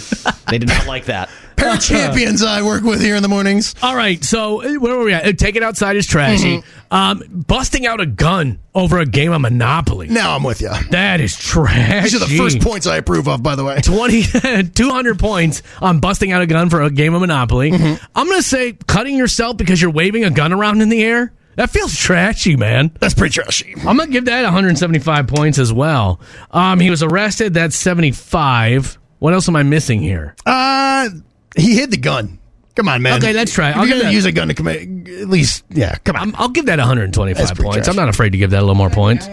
Speaker 5: They did not like that.
Speaker 2: Pair of champions I work with here in the mornings.
Speaker 1: All right, so uh, where were we at? Uh, Take it outside is trashy. Um, busting out a gun over a game of Monopoly.
Speaker 2: Now I'm with you.
Speaker 1: That is trash.
Speaker 2: These are the first points I approve of, by the way.
Speaker 1: 20, 200 points on busting out a gun for a game of Monopoly. I'm going to say cutting yourself because you're waving a gun around in the air. That feels trashy, man.
Speaker 2: That's pretty trashy.
Speaker 1: I'm going to give that 175 points as well. Um, he was arrested. That's 75. What else am I missing here?
Speaker 2: Uh, he hid the gun. Come on, man.
Speaker 1: Okay, let's try.
Speaker 2: If
Speaker 1: I'll
Speaker 2: you're
Speaker 1: give
Speaker 2: gonna
Speaker 1: that-
Speaker 2: use a gun to commit. At least, yeah. Come on.
Speaker 1: I'm, Um, I'll give that 125
Speaker 2: That's
Speaker 1: points.
Speaker 2: pretty
Speaker 1: I'm
Speaker 2: trashy.
Speaker 1: not afraid to give that a little more points.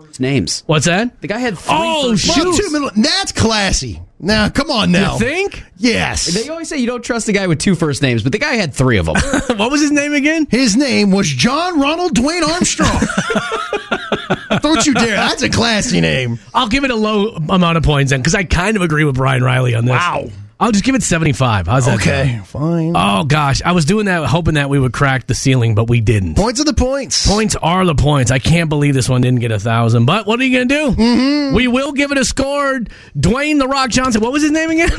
Speaker 5: It's names.
Speaker 1: What's that?
Speaker 5: The guy had three
Speaker 1: Oh,
Speaker 5: first-
Speaker 1: shit.
Speaker 2: Well,
Speaker 1: shoot.
Speaker 2: two middle. That's classy. Now, come on. Now,
Speaker 1: You think?
Speaker 2: yes.
Speaker 5: They always say you don't trust the guy with two first names, but the guy had three of them.
Speaker 1: What was his name again?
Speaker 2: His name was John Ronald Dwayne Armstrong. Don't you dare. That's a classy name.
Speaker 1: I'll give it a low amount of points then because I kind of agree with Brian Riley on this.
Speaker 2: Wow.
Speaker 1: I'll just give it 75. How's that? sound?
Speaker 2: Okay, fine.
Speaker 1: Oh, gosh. I was doing that hoping that we would crack the ceiling, but we didn't.
Speaker 2: points are the points.
Speaker 1: Points are the points. I can't believe this one didn't get a thousand. But what are you going to do?
Speaker 2: Mm-hmm.
Speaker 1: We will give it a score. Dwayne the Rock Johnson. What was his name again?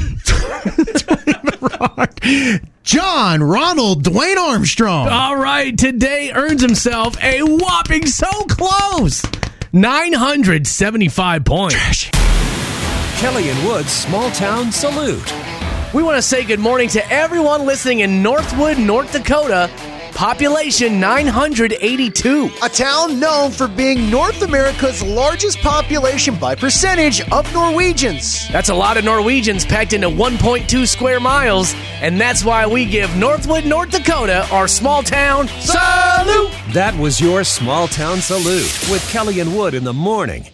Speaker 2: John Ronald Dwayne Armstrong.
Speaker 1: All right, today earns himself a whopping so close. 975 points.
Speaker 10: Kelly and Wood's Small Town Salute.
Speaker 1: We want to say good morning to everyone listening in Northwood, North Dakota. Population 982.
Speaker 11: a town known for being North America's largest population by percentage of Norwegians.
Speaker 1: That's a lot of Norwegians packed into 1.2 square miles, and that's why we give Northwood, North Dakota, our small town salute.
Speaker 10: That was your Small Town Salute with Kelly and Wood in the morning.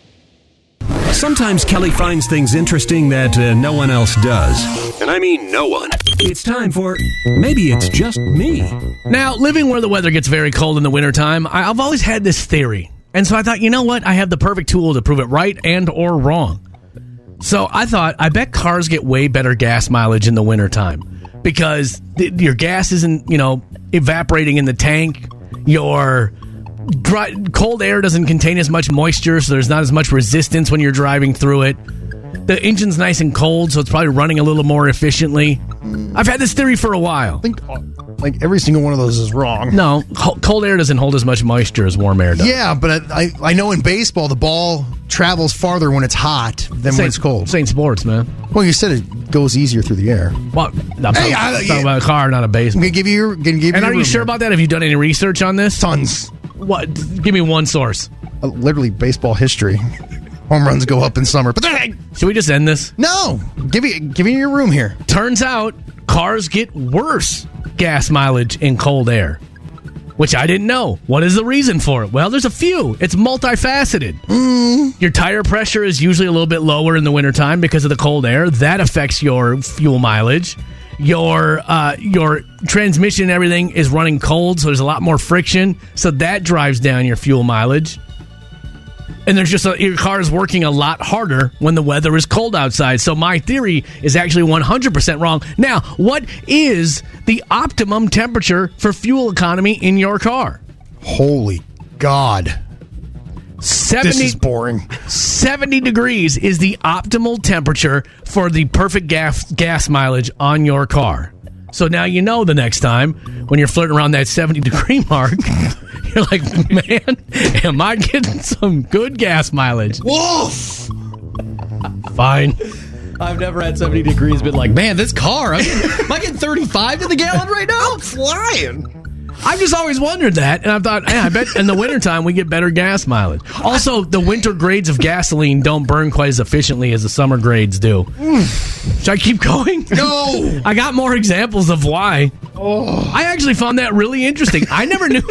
Speaker 10: Sometimes Kelly finds things interesting that uh, no one else does. And I mean no one. It's time for Maybe It's Just Me.
Speaker 1: Now, living where the weather gets very cold in the wintertime, I- I've always had this theory. And so I thought, you know what? I have the perfect tool to prove it right and or wrong. So I thought, I bet cars get way better gas mileage in the wintertime because th- your gas isn't, you know, evaporating in the tank. Your dry, cold air doesn't contain as much moisture, so there's not as much resistance when you're driving through it. The engine's nice and cold, so it's probably running a little more efficiently. I've had this theory for a while.
Speaker 2: I think uh, like every single one of those is wrong.
Speaker 1: No, ho- cold air doesn't hold as much moisture as warm air does.
Speaker 2: Yeah, but I, I, I know in baseball the ball travels farther when it's hot than when
Speaker 1: Same-
Speaker 2: it's cold.
Speaker 1: Same sports, man.
Speaker 2: Well, you said it goes easier through the air. I'm
Speaker 1: Well, I'm talking,
Speaker 2: Hey, I-
Speaker 1: talking about a car, not a basement.
Speaker 2: gonna give you. your- Gonna give
Speaker 1: And
Speaker 2: your
Speaker 1: are you
Speaker 2: room
Speaker 1: sure
Speaker 2: here.
Speaker 1: about that? Have you done any research on this?
Speaker 2: tons?
Speaker 1: What? Give me one source.
Speaker 2: Uh, literally baseball history. Home runs go up in summer, but then,
Speaker 1: Should we just end this?
Speaker 2: no. Give me give me your room here.
Speaker 1: Turns out cars get worse gas mileage in cold air, which I didn't know. What is the reason for it? Well, there's a few. It's multifaceted. Your tire pressure is usually a little bit lower in the wintertime because of the cold air. That affects your fuel mileage. Your uh, your transmission and everything is running cold, so there's a lot more friction. So that drives down your fuel mileage. And there's just a, your car is working a lot harder when the weather is cold outside. So my theory is actually 100% wrong. Now, what is the optimum temperature for fuel economy in your car?
Speaker 2: Holy God,
Speaker 1: 70
Speaker 2: this is boring.
Speaker 1: 70 degrees is the optimal temperature for the perfect gas gas mileage on your car. So now you know the next time when you're flirting around that 70 degree mark, you're like, man, am I getting some good gas mileage?
Speaker 2: Wolf.
Speaker 1: Fine.
Speaker 5: I've never had 70 degrees, been like, man, this car, I'm, am I getting 35 to the gallon right now?
Speaker 11: Flying.
Speaker 1: I've just always wondered that, and I thought, yeah, I bet in the wintertime we get better gas mileage. Also, the winter grades of gasoline don't burn quite as efficiently as the summer grades do. Should I keep going? No. I got more examples of why. I actually found that really interesting. I never knew.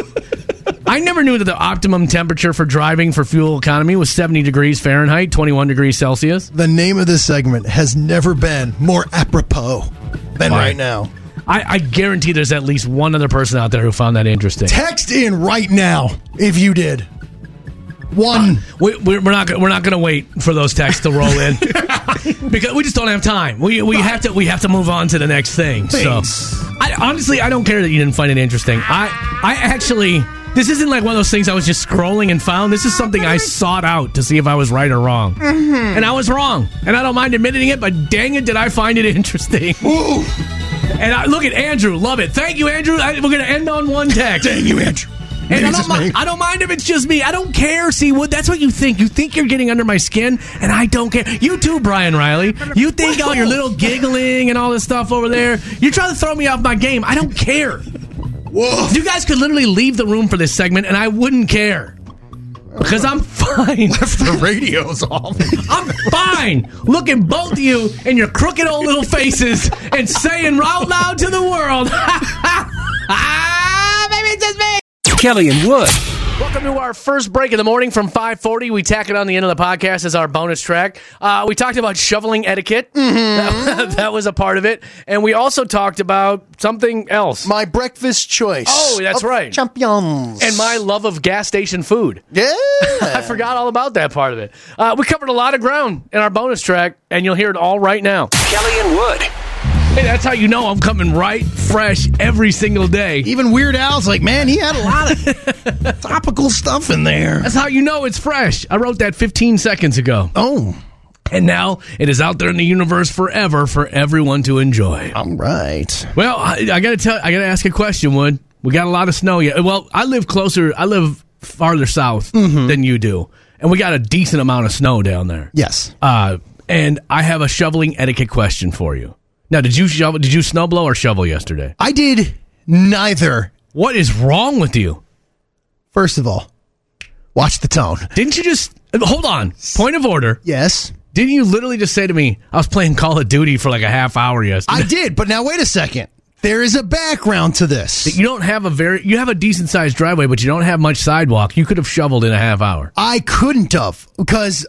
Speaker 1: I never knew that the optimum temperature for driving for fuel economy was 70 degrees Fahrenheit, 21 degrees Celsius.
Speaker 2: The name of this segment has never been more apropos than right now.
Speaker 1: I, I guarantee there's at least one other person out there who found that interesting.
Speaker 2: Text in right now if you did. One.
Speaker 1: We, we're we're not gonna- we're not going to wait for those texts to roll in because we just don't have time. We we have to we have to move on to the next thing. So, I, honestly, I don't care that you didn't find it interesting. I I actually this isn't like one of those things I was just scrolling and found. This is something I sought out to see if I was right or wrong, and I was wrong, and I don't mind admitting it. But dang it, did I find it interesting? And I, look at Andrew, love it. Thank you, Andrew. I, we're going to end on one text. Thank you, Andrew. And I
Speaker 2: it's
Speaker 1: don't, mind, I don't mind if it's just me. I don't care. See, what that's what you think. You think you're getting under my skin, and I don't care. You too, Brian Riley. You think all your little giggling and all this stuff over there. You're trying to throw me off my game. I don't care. You guys could literally leave the room for this segment, and I wouldn't care because I'm fine. Left
Speaker 2: the radio's off.
Speaker 1: I'm fine. Looking both of you in your crooked old little faces and saying out loud to the world, "Maybe it's just me."
Speaker 10: Kelly and Wood.
Speaker 1: Welcome to our first break of the morning from 540. We tack it on the end of the podcast as our bonus track. Uh, we talked about shoveling etiquette.
Speaker 11: Mm-hmm.
Speaker 1: That, that was a part of it. And we also talked about something else.
Speaker 11: My breakfast choice.
Speaker 1: Oh, that's
Speaker 11: of
Speaker 1: right.
Speaker 11: Champions.
Speaker 1: and my love of gas station food.
Speaker 11: Yeah.
Speaker 1: I forgot all about that part of it. Uh, we covered a lot of ground in our bonus track, and you'll hear it all right now.
Speaker 10: Kelly and Wood.
Speaker 1: Hey, that's how you know I'm coming right fresh every single day.
Speaker 2: Even Weird Al's like, man, he had a lot of topical stuff in there.
Speaker 1: That's how you know it's fresh. I wrote that 15 seconds ago.
Speaker 2: Oh,
Speaker 1: And now it is out there in the universe forever for everyone to enjoy.
Speaker 2: all right.
Speaker 1: Well, I, I gotta tell, I gotta ask a question, Wood. We got a lot of snow yet. Well, I live closer, I live farther south than you do, and we got a decent amount of snow down there.
Speaker 2: Yes.
Speaker 1: Uh, and I have a shoveling etiquette question for you. Now, did you shovel? Did you snow blow or shovel yesterday?
Speaker 2: I did neither.
Speaker 1: What is wrong with you?
Speaker 2: First of all, watch the tone.
Speaker 1: Didn't you just hold on? Point of order.
Speaker 2: Yes.
Speaker 1: Didn't you literally just say to me, "I was playing Call of Duty for like a half hour yesterday"?
Speaker 2: I did, but now wait a second. There is a background to this.
Speaker 1: You don't have a very you have a decent sized driveway, but you don't have much sidewalk. You could have shoveled in a half hour.
Speaker 2: I couldn't have because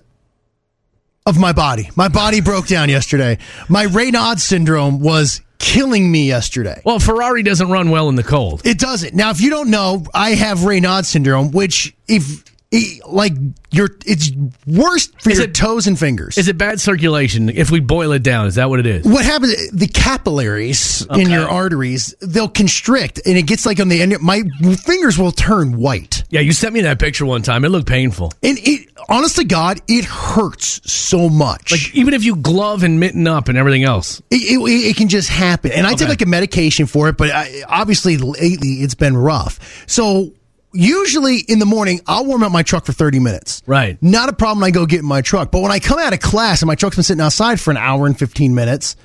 Speaker 2: of my body. My body broke down yesterday. My Raynaud syndrome was killing me yesterday.
Speaker 1: Well, Ferrari doesn't run well in the cold.
Speaker 2: It doesn't. Now, if you don't know, I have Raynaud syndrome, which if e- like your it's worse for
Speaker 1: Is
Speaker 2: your
Speaker 1: it-
Speaker 2: toes and fingers.
Speaker 1: Is it bad circulation? If we boil it down, is that what it is?
Speaker 2: what happens the capillaries in your arteries they'll constrict and it gets like on the end my fingers will turn white
Speaker 1: Yeah, you sent me that picture one time. It looked painful.
Speaker 2: and it honest to god it hurts so much
Speaker 1: Like even if you glove and mitten up and everything else.
Speaker 2: It, it, it can just happen. And I take
Speaker 1: Okay.
Speaker 2: like a medication for it, but I, obviously lately it's been rough. So usually in the morning, I'll warm up my truck for 30 minutes.
Speaker 1: Right.
Speaker 2: Not a problem. I go get in my truck. But when I come out of class and my truck's been sitting outside for an hour and 15 minutes,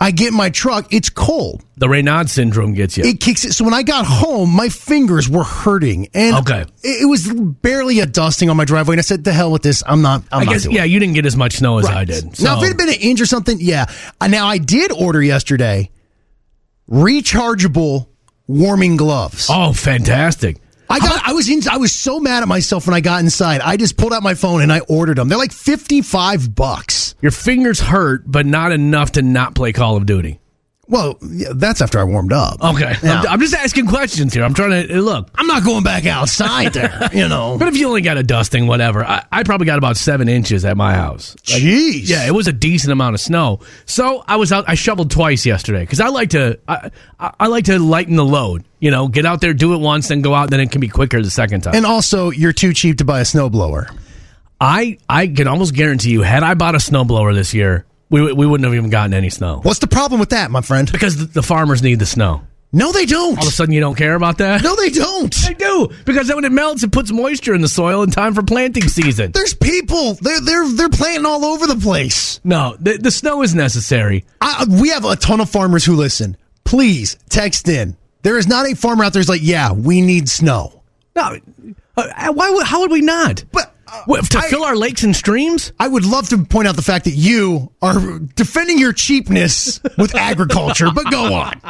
Speaker 2: I get in my truck. It's cold.
Speaker 1: The Raynaud syndrome gets you.
Speaker 2: It kicks it. So when I got home, my fingers were hurting. And
Speaker 1: Okay.
Speaker 2: it, it was barely a dusting on my driveway. And I said, the hell with this. I'm not, I'm
Speaker 1: I
Speaker 2: not
Speaker 1: guess
Speaker 2: doing it."
Speaker 1: yeah, you didn't get as much snow as I did. So
Speaker 2: Now, if it had been an inch or something, yeah. Uh, Now, I did order yesterday rechargeable warming gloves.
Speaker 1: Oh, fantastic.
Speaker 2: I got. I was in. I was so mad at myself when I got inside. I just pulled out my phone and I ordered them. They're like fifty-five bucks.
Speaker 1: Your fingers hurt, but not enough to not play Call of Duty.
Speaker 2: Well, yeah, that's after I warmed up.
Speaker 1: Okay. I'm-
Speaker 2: Yeah.
Speaker 1: I'm, just asking questions here. I'm trying to look.
Speaker 2: I'm not going back outside there. You know.
Speaker 1: But if you only got a dusting, whatever. I, I probably got about seven inches at my house.
Speaker 2: Jeez.
Speaker 1: Yeah, it was a decent amount of snow. So I was out. I shoveled twice yesterday because I like to. I, I I like to lighten the load. You know, get out there, do it once, then go out. Then it can be quicker the second time.
Speaker 2: And also, you're too cheap to buy a snowblower.
Speaker 1: I I can almost guarantee you, had I bought a snowblower this year, we w- we wouldn't have even gotten any snow
Speaker 2: What's the problem with that, my friend?
Speaker 1: because the, the farmers need the snow.
Speaker 2: No, they don't.
Speaker 1: All of a sudden, you don't care about that.
Speaker 2: No, they don't.
Speaker 1: They do because then when it melts, it puts moisture in the soil in time for planting season.
Speaker 2: There's people. They're they're they're planting all over the place.
Speaker 1: No, the, the snow is necessary.
Speaker 2: I, we have a ton of farmers who listen. Please text in. There is not a farmer out there who's like, yeah, we need snow.
Speaker 1: No, uh, why would? How would we not?
Speaker 2: But uh,
Speaker 1: to fill our lakes and streams.
Speaker 2: I would love to point out the fact that you are defending your cheapness with agriculture. But go on.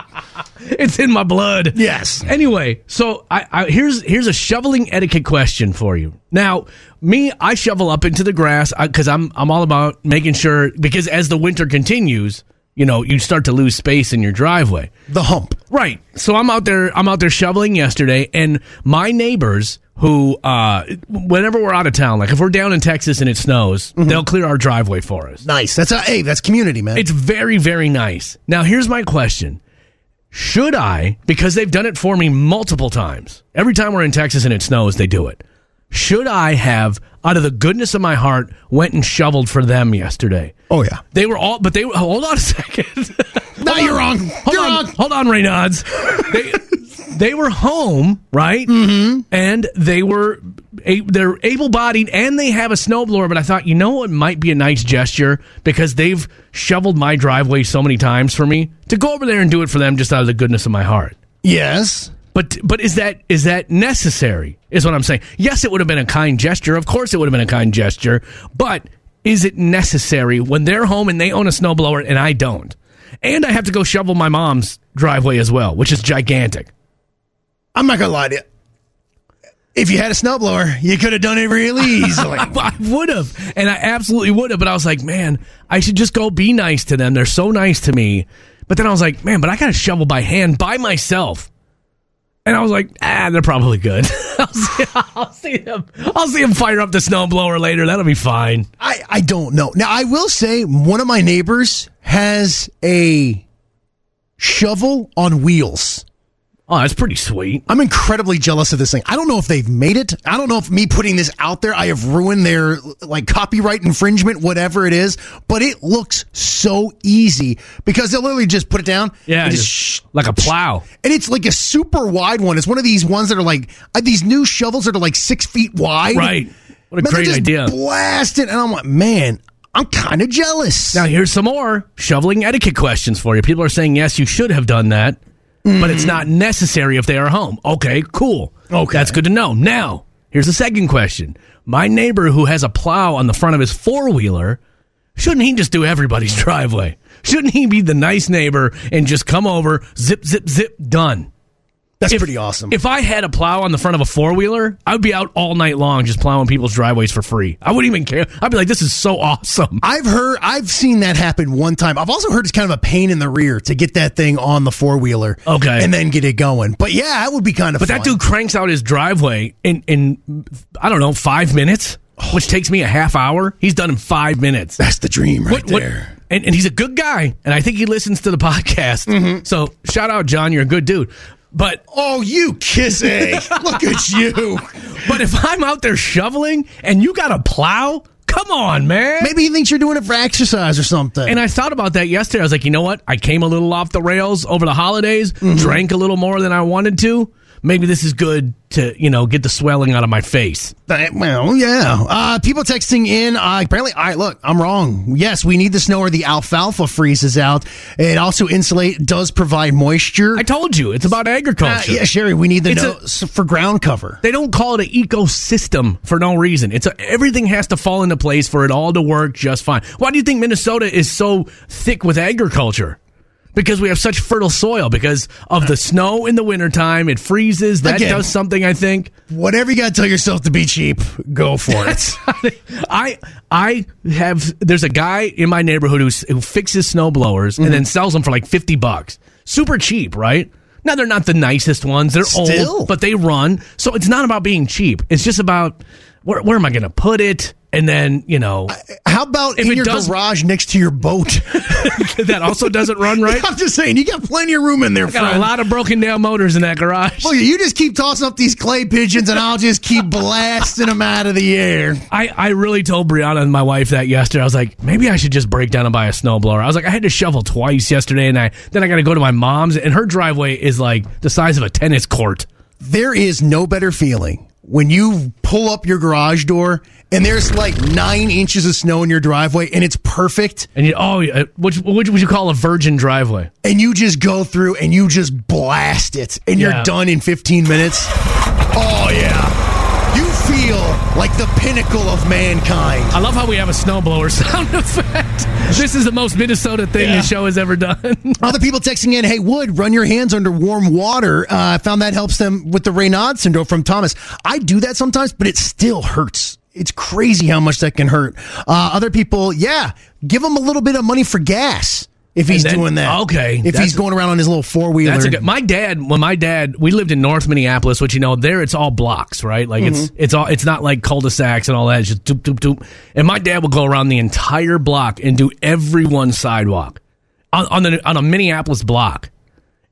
Speaker 1: It's in my blood.
Speaker 2: Yes.
Speaker 1: Anyway, so I, I here's here's a shoveling etiquette question for you. Now, me, I shovel up into the grass because I'm I'm all about making sure because as the winter continues, you know, you start to lose space in your driveway.
Speaker 2: The hump.
Speaker 1: Right. So I'm out there I'm out there shoveling yesterday and my neighbors who uh whenever we're out of town, like if we're down in Texas and it snows,
Speaker 2: Mm-hmm.
Speaker 1: they'll clear our driveway for us.
Speaker 2: Nice. That's a hey. That's community, man.
Speaker 1: It's very very nice. Now here's my question. Should I because they've done it for me multiple times. Every time we're in Texas and it snows, they do it. Should I have out of the goodness of my heart went and shoveled for them yesterday?
Speaker 2: Oh yeah.
Speaker 1: They were all, but they were. Hold on a second.
Speaker 2: No, you're wrong.
Speaker 1: Hold
Speaker 2: You're
Speaker 1: on,
Speaker 2: wrong.
Speaker 1: hold on, Reynolds. They they were home, right? Mm-hmm. And they were a, they're able bodied, and they have a snowblower. But I thought, you know, what might be a nice gesture because they've shoveled my driveway so many times for me to go over there and do it for them, just out of the goodness of my heart.
Speaker 2: Yes.
Speaker 1: But but is that is that necessary? Is what I'm saying. Yes, it would have been a kind gesture. Of course, it would have been a kind gesture. But is it necessary when they're home and they own a snowblower and I don't, and I have to go shovel my mom's driveway as well, which is gigantic.
Speaker 2: I'm not gonna lie to you. If you had a snowblower, you could have done it really easily.
Speaker 1: I would have, and I absolutely would have. But I was like, man, I should just go be nice to them. They're so nice to me. But then I was like, man, but I got to shovel by hand by myself. And I was like, ah, they're probably good. I'll, see, I'll see them. I'll see them fire up the snowblower later. That'll be fine.
Speaker 2: I, I don't know. Now I will say one of my neighbors has a shovel on wheels.
Speaker 1: Oh, that's pretty sweet.
Speaker 2: I'm incredibly jealous of this thing. I don't know if they've made it. I don't know if me putting this out there, I have ruined their like copyright infringement, whatever it is. But it looks so easy because they'll literally just put it down.
Speaker 1: Yeah,
Speaker 2: and just
Speaker 1: just
Speaker 2: sh-
Speaker 1: like a plow.
Speaker 2: and it's like a super wide one. It's one of these ones that are like uh, these new shovels that are like six feet wide.
Speaker 1: Right. What a
Speaker 2: Man, they're
Speaker 1: great
Speaker 2: just
Speaker 1: idea.
Speaker 2: Blasting, and I'm like, man, I'm kind of jealous.
Speaker 1: Now here's some more shoveling etiquette questions for you. People are saying yes, you should have done that, but it's not necessary if they are home. Okay, cool. Okay, that's good to know. Now here's the second question. My neighbor who has a plow on the front of his four wheeler, shouldn't he just do everybody's driveway? Shouldn't he be the nice neighbor and just come over, zip, zip, zip, done?
Speaker 2: That's
Speaker 1: if-
Speaker 2: pretty awesome.
Speaker 1: If I had a plow on the front of a four wheeler, I would be out all night long just plowing people's driveways for free. I wouldn't even care. I'd be like, this is so awesome.
Speaker 2: I've heard, I've seen that happen one time. I've also heard it's kind of a pain in the rear to get that thing on the four wheeler,
Speaker 1: Okay.
Speaker 2: and then get it going. But yeah, that would be kind of.
Speaker 1: But that dude cranks out his driveway in in I don't know five minutes, which takes me a half hour. He's done in five minutes.
Speaker 2: that's the dream right
Speaker 1: What- what-
Speaker 2: there.
Speaker 1: and, and he's a good guy, and I think he listens to the podcast. So shout out, John, you're a good dude. But
Speaker 2: Mm-hmm. Oh, you kissing! Look at you.
Speaker 1: but if I'm out there shoveling and you got a plow, come on, man.
Speaker 2: Maybe he thinks you're doing it for exercise or something.
Speaker 1: And I thought about that yesterday. I was like, you know what? I came a little off the rails over the holidays,
Speaker 2: Mm-hmm.
Speaker 1: drank a little more than I wanted to. Maybe this is good to you know get the swelling out of my face.
Speaker 2: Uh, Well, yeah. Uh, people texting in. Uh, apparently, I look. I'm wrong. Yes, we need the snow or the alfalfa freezes out. It also insulate does provide moisture.
Speaker 1: I told you, it's about
Speaker 2: Uh,
Speaker 1: agriculture.
Speaker 2: yeah, Sherry, we need the
Speaker 1: It's
Speaker 2: snow s- for ground cover.
Speaker 1: They don't call it an ecosystem for no reason. It's a, everything has to fall into place for it all to work just fine. Why do you think Minnesota is so thick with agriculture? Because we have such fertile soil because of the snow in the wintertime, it freezes. That
Speaker 2: Uh, Again.
Speaker 1: does something, I think.
Speaker 2: Whatever you got to tell yourself to be cheap, go for it.
Speaker 1: I I have there's a guy in my neighborhood who's, who fixes snow blowers
Speaker 2: Mm-hmm.
Speaker 1: and then sells them for like 50 bucks. Super cheap, right? Now they're not the nicest ones. They're
Speaker 2: Still.
Speaker 1: old, but they run. So it's not about being cheap. It's just about where where am I going to put it? And then, you know,
Speaker 2: How about
Speaker 1: If
Speaker 2: in
Speaker 1: it
Speaker 2: your
Speaker 1: does-
Speaker 2: garage next to your boat?
Speaker 1: that also doesn't run right.
Speaker 2: I'm just saying, you got plenty of room in there,
Speaker 1: Got a
Speaker 2: friend.
Speaker 1: lot of broken down motors in that garage.
Speaker 2: Look, you just keep tossing up these clay pigeons, and I'll just keep blasting them out of the air.
Speaker 1: I, I really told Brianna and my wife that yesterday. I was like, maybe I should just break down and buy a snowblower. I was like, I had to shovel twice yesterday, and I then I got to go to my mom's, and her driveway is like the size of a tennis court.
Speaker 2: There is no better feeling when you pull up your garage door and there's like nine inches of snow in your driveway and it's perfect.
Speaker 1: And you, oh, yeah, which what would you call a virgin driveway?
Speaker 2: And you just go through and you just blast it and
Speaker 1: Yeah.
Speaker 2: you're done in 15 minutes. Oh, yeah. You feel like the pinnacle of mankind.
Speaker 1: I love how we have a snowblower sound effect. This is the most Minnesota thing the show has ever done.
Speaker 2: Other people texting in, hey, Wood, run your hands under warm water. Uh, I found that helps them with the Raynaud syndrome from Thomas. I do that sometimes, but it still hurts. It's crazy how much that can hurt. Uh, other people, yeah, give him a little bit of money for gas if he's
Speaker 1: And then-
Speaker 2: doing that.
Speaker 1: okay,
Speaker 2: If
Speaker 1: that's-
Speaker 2: he's going around on his little four wheeler.
Speaker 1: That's a good. My dad, when my dad, we lived in North Minneapolis, which you know, there it's all blocks, right? Like it's
Speaker 2: Mhm.
Speaker 1: it's all it's not like cul-de-sacs and all that. It's just doop doop doop. And my dad would go around the entire block and do everyone's sidewalk on on, the, on a Minneapolis block.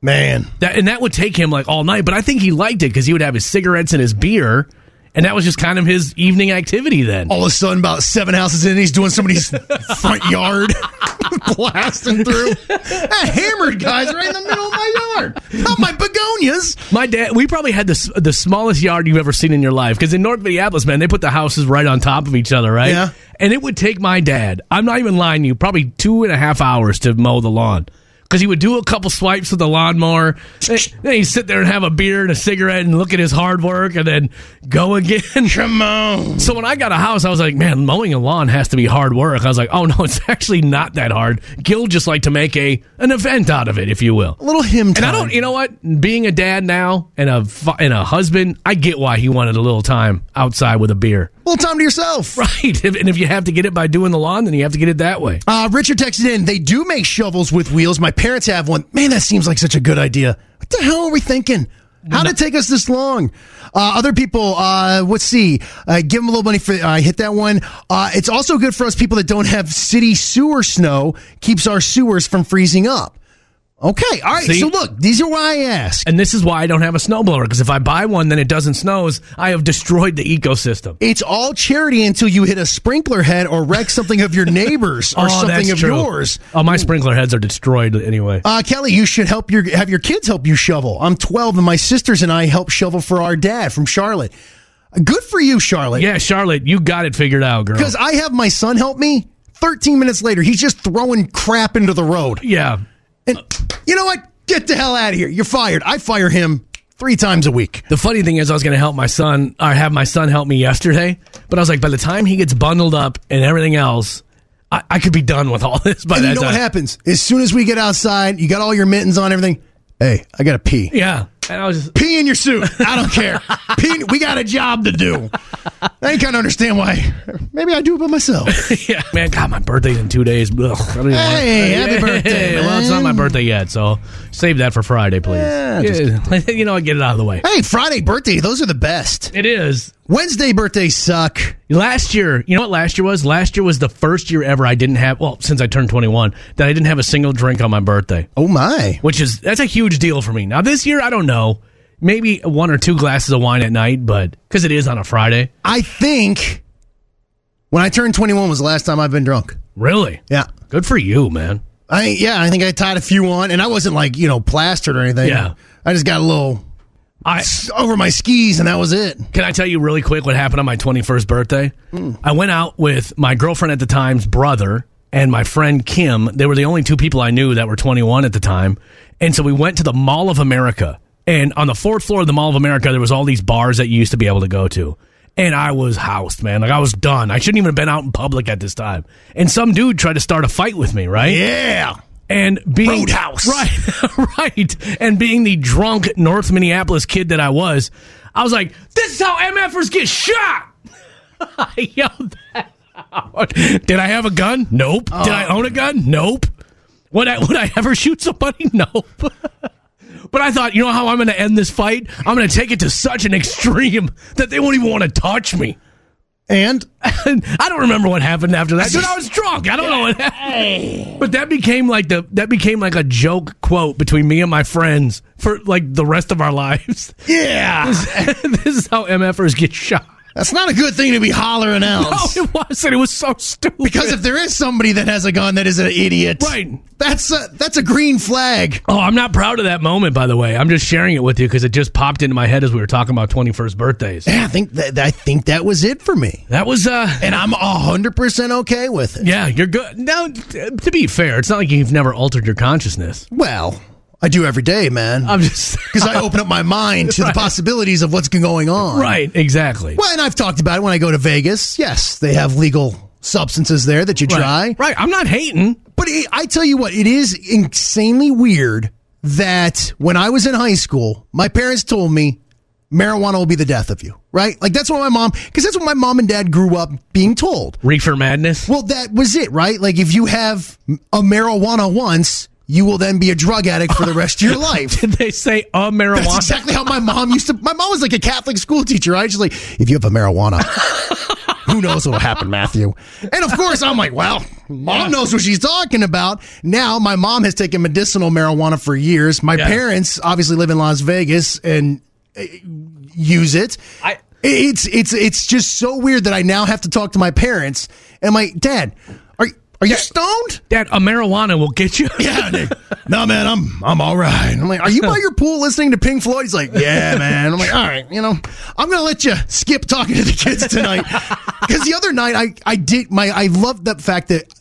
Speaker 2: Man,
Speaker 1: that and that would take him like all night. But I think he liked it because he would have his cigarettes and his beer, and that was just kind of his evening activity then.
Speaker 2: All of a sudden, about seven houses in, he's doing somebody's front yard, blasting through. That hammered guy's right in the middle of my yard. Not my begonias.
Speaker 1: My dad, we probably had the s- the smallest yard you've ever seen in your life because in North Minneapolis, man, they put the houses right on top of each other, right?
Speaker 2: Yeah.
Speaker 1: And it would take my dad. I'm not even lying to you. Probably two and a half hours to mow the lawn because he would do a couple swipes with the lawnmower. then then he'd sit there and have a beer and a cigarette and look at his hard work and then go again.
Speaker 2: Come on.
Speaker 1: So when I got a house, I was like, man, mowing a lawn has to be hard work. I was like, oh no, it's actually not that hard. Gil just like to make a an event out of it, if you will.
Speaker 2: A little him
Speaker 1: And I don't, you know what? Being a dad now and a fa- and a husband, I get why he wanted a little time outside with a beer.
Speaker 2: little time to yourself.
Speaker 1: Right. If- And if you have to get it by doing the lawn, then you have to get it that way.
Speaker 2: Uh, Richard texted in. They do make shovels with wheels. My parents have one. Man, that seems like such a good idea. What the hell are we thinking? How did it take us this long? Uh, other people, uh, let's see. Uh, give them a little money for. I hit that one. Uh, it's also good for us people that don't have city sewer snow. Keeps our sewers from freezing up. Okay, all right.
Speaker 1: See?
Speaker 2: So look, these are why I ask.
Speaker 1: And this is why I don't have a snowblower because if I buy one, then it doesn't snows. I have destroyed the ecosystem.
Speaker 2: It's all charity until you hit a sprinkler head or wreck something of your neighbors or
Speaker 1: Oh, that's
Speaker 2: something of
Speaker 1: true.
Speaker 2: yours.
Speaker 1: Oh, my sprinkler heads are destroyed anyway.
Speaker 2: Uh, Kelly, you should help your have your kids help you shovel. I'm 12, and my sisters and I help shovel for our dad from Charlotte. Good for you, Charlotte.
Speaker 1: yeah, Charlotte, you got it figured out, girl.
Speaker 2: Because I have my son help me. 13 minutes later, he's just throwing crap into the road.
Speaker 1: Yeah.
Speaker 2: And you know what? Get the hell out of here. You're fired. I fire him three times a week.
Speaker 1: The funny thing is, I was going to help my son or have my son help me yesterday, but I was like, by the time he gets bundled up and everything else, I, I could be done with all this by
Speaker 2: and
Speaker 1: that
Speaker 2: you know
Speaker 1: time.
Speaker 2: what happens? As soon as we get outside, you got all your mittens on, everything. Hey, I got to pee.
Speaker 1: Yeah, and I was just
Speaker 2: Pee in your suit. I don't care. Pee in- we got a job to do. I ain't kind of understand why. Maybe I do it by myself.
Speaker 1: yeah, man. God, my birthday's in two days. Ugh, I don't even
Speaker 2: Hey, happy birthday,
Speaker 1: Well, it's not my birthday yet, so save that for Friday, please.
Speaker 2: Yeah,
Speaker 1: Yeah, you know, I get it out of the way.
Speaker 2: Hey, Friday birthday, those are the best.
Speaker 1: It is.
Speaker 2: Wednesday birthdays suck.
Speaker 1: Last year, you know what last year was? Last year was the first year ever I didn't have, well, since I turned 21, that I didn't have a single drink on my birthday.
Speaker 2: Oh my.
Speaker 1: which is that's a huge deal for me. Now this year, I don't know, maybe one or two glasses of wine at night, but because it is on a Friday,
Speaker 2: I think when I turned 21 was the last time I've been drunk.
Speaker 1: really,
Speaker 2: Yeah.
Speaker 1: good for you, man.
Speaker 2: I yeah, I think I tied a few on and I wasn't like, you know, plastered or anything.
Speaker 1: Yeah.
Speaker 2: I just got a little
Speaker 1: I
Speaker 2: over my skis and that was it.
Speaker 1: can I tell you really quick what happened on my 21st birthday? I went out with my girlfriend at the time's brother and my friend Kim. They were the only two people I knew that were 21 at the time, and so we went to the Mall of America. And on the fourth floor of the Mall of America, there was all these bars that you used to be able to go to. and I was housed, man. Like I was done. I shouldn't even have been out in public at this time. And some dude tried to start a fight with me, right?
Speaker 2: Yeah.
Speaker 1: And being
Speaker 2: Roadhouse.
Speaker 1: right, right, and being the drunk North Minneapolis kid that I was, I was like, "This is how MFers get shot." I yelled that out. Did I have a gun? Nope. Did I own a gun? Nope. Would I would I ever shoot somebody? Nope. But I thought, you know how I'm going to end this fight? I'm going to take it to such an extreme that they won't even want to touch me.
Speaker 2: And
Speaker 1: And I don't remember what happened after that. Dude, I was drunk. I don't know what happened. But that became like the that became like a joke quote between me and my friends for like the rest of our lives.
Speaker 2: yeah.
Speaker 1: this is how MFers get shot.
Speaker 2: That's not a good thing to be hollering out.
Speaker 1: No, Oh, it wasn't. It was so stupid.
Speaker 2: Because if there is somebody that has a gun that is an idiot,
Speaker 1: Right.
Speaker 2: That's a that's a green flag.
Speaker 1: Oh, I'm not proud of that moment, by the way. I'm just sharing it with you because it just popped into my head as we were talking about 21st birthdays.
Speaker 2: Yeah, I think that I think that was it for me,
Speaker 1: That was, uh,
Speaker 2: and I'm hundred percent okay with it.
Speaker 1: yeah, you're good. Now, t- to be fair, it's not like you've never altered your consciousness.
Speaker 2: Well, I do every day, man,
Speaker 1: I'm just
Speaker 2: because I open up my mind to the possibilities of what's going on.
Speaker 1: right, exactly.
Speaker 2: Well, and I've talked about it when I go to Vegas. Yes, they have legal substances there that you try.
Speaker 1: Right. right, I'm not hating.
Speaker 2: But it, I tell you what, it is insanely weird that when I was in high school, my parents told me marijuana will be the death of you, right? Like that's what my mom, because that's what my mom and dad grew up being told.
Speaker 1: Reefer madness.
Speaker 2: Well, that was it, right? Like if you have a marijuana once, you will then be a drug addict for the rest of your life.
Speaker 1: Did they say a marijuana?
Speaker 2: That's exactly how my mom used to. My mom was like a Catholic school teacher. I just like, if you have a marijuana, who knows what will happen, Matthew? And of course, I'm like, well, mom knows what she's talking about. Now, my mom has taken medicinal marijuana for years. My
Speaker 1: Yeah.
Speaker 2: parents obviously live in Las Vegas and uh, use it.
Speaker 1: I-
Speaker 2: it's it's it's just so weird that I now have to talk to my parents and my dad. Are are you stoned?
Speaker 1: Dad, a marijuana will get you.
Speaker 2: yeah, Nick. no, man, I'm I'm all right. I'm like, are you by your pool listening to Pink Floyd? He's like, yeah, man. I'm like, all right, you know, I'm gonna let you skip talking to the kids tonight because the other night I I did my I loved the fact that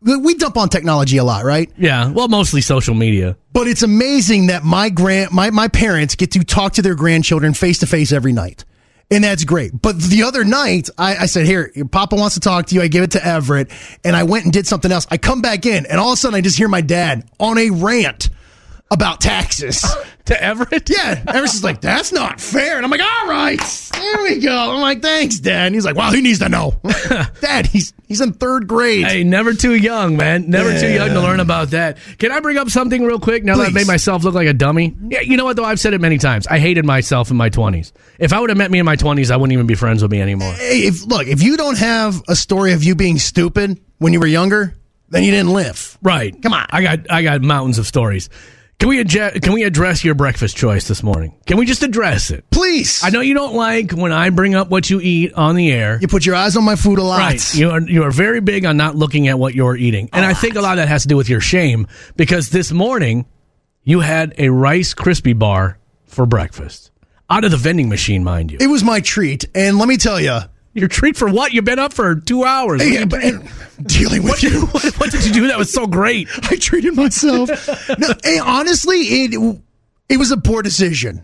Speaker 2: we dump on technology a lot, right?
Speaker 1: Yeah, well, mostly social media.
Speaker 2: But it's amazing that my grand my my parents get to talk to their grandchildren face to face every night. And that's great. But the other night, I, I said, Here, your Papa wants to talk to you. I give it to Everett. And I went and did something else. I come back in, and all of a sudden, I just hear my dad on a rant about taxes.
Speaker 1: To Everett?
Speaker 2: Yeah. Everett's just like, That's not fair. And I'm like, All right, there we go. I'm like, Thanks, Dad. And he's like, Wow, he needs to know. Dad, he's he's in third grade.
Speaker 1: Hey, never too young, man. Never too young to
Speaker 2: Yeah.
Speaker 1: learn about that. Can I bring up something real quick now that I've made
Speaker 2: Please.
Speaker 1: myself look like a dummy? Yeah, you know what, though? I've said it many times. I hated myself in my 20s. If I would have met me in my 20s, I wouldn't even be friends with me anymore.
Speaker 2: Hey, if look, if you don't have a story of you being stupid when you were younger, then you didn't live.
Speaker 1: Right. Come on. I got I got mountains of stories. Can we adje- can we address your breakfast choice this morning? Can we just address it?
Speaker 2: Please.
Speaker 1: I know you don't like when I bring up what you eat on the air.
Speaker 2: You put your eyes on my food a lot.
Speaker 1: Right. You are you are very big on not looking at what you're eating. And I think a lot of that has to do with your shame because this morning you had a Rice Krispie bar for breakfast. Out of the vending machine, mind you.
Speaker 2: it was my treat, and let me tell you,
Speaker 1: Your treat for what? You've been up for two hours.
Speaker 2: dealing with you,
Speaker 1: what, what did you do that was so great?
Speaker 2: I treated myself. no, hey, honestly, it it was a poor decision.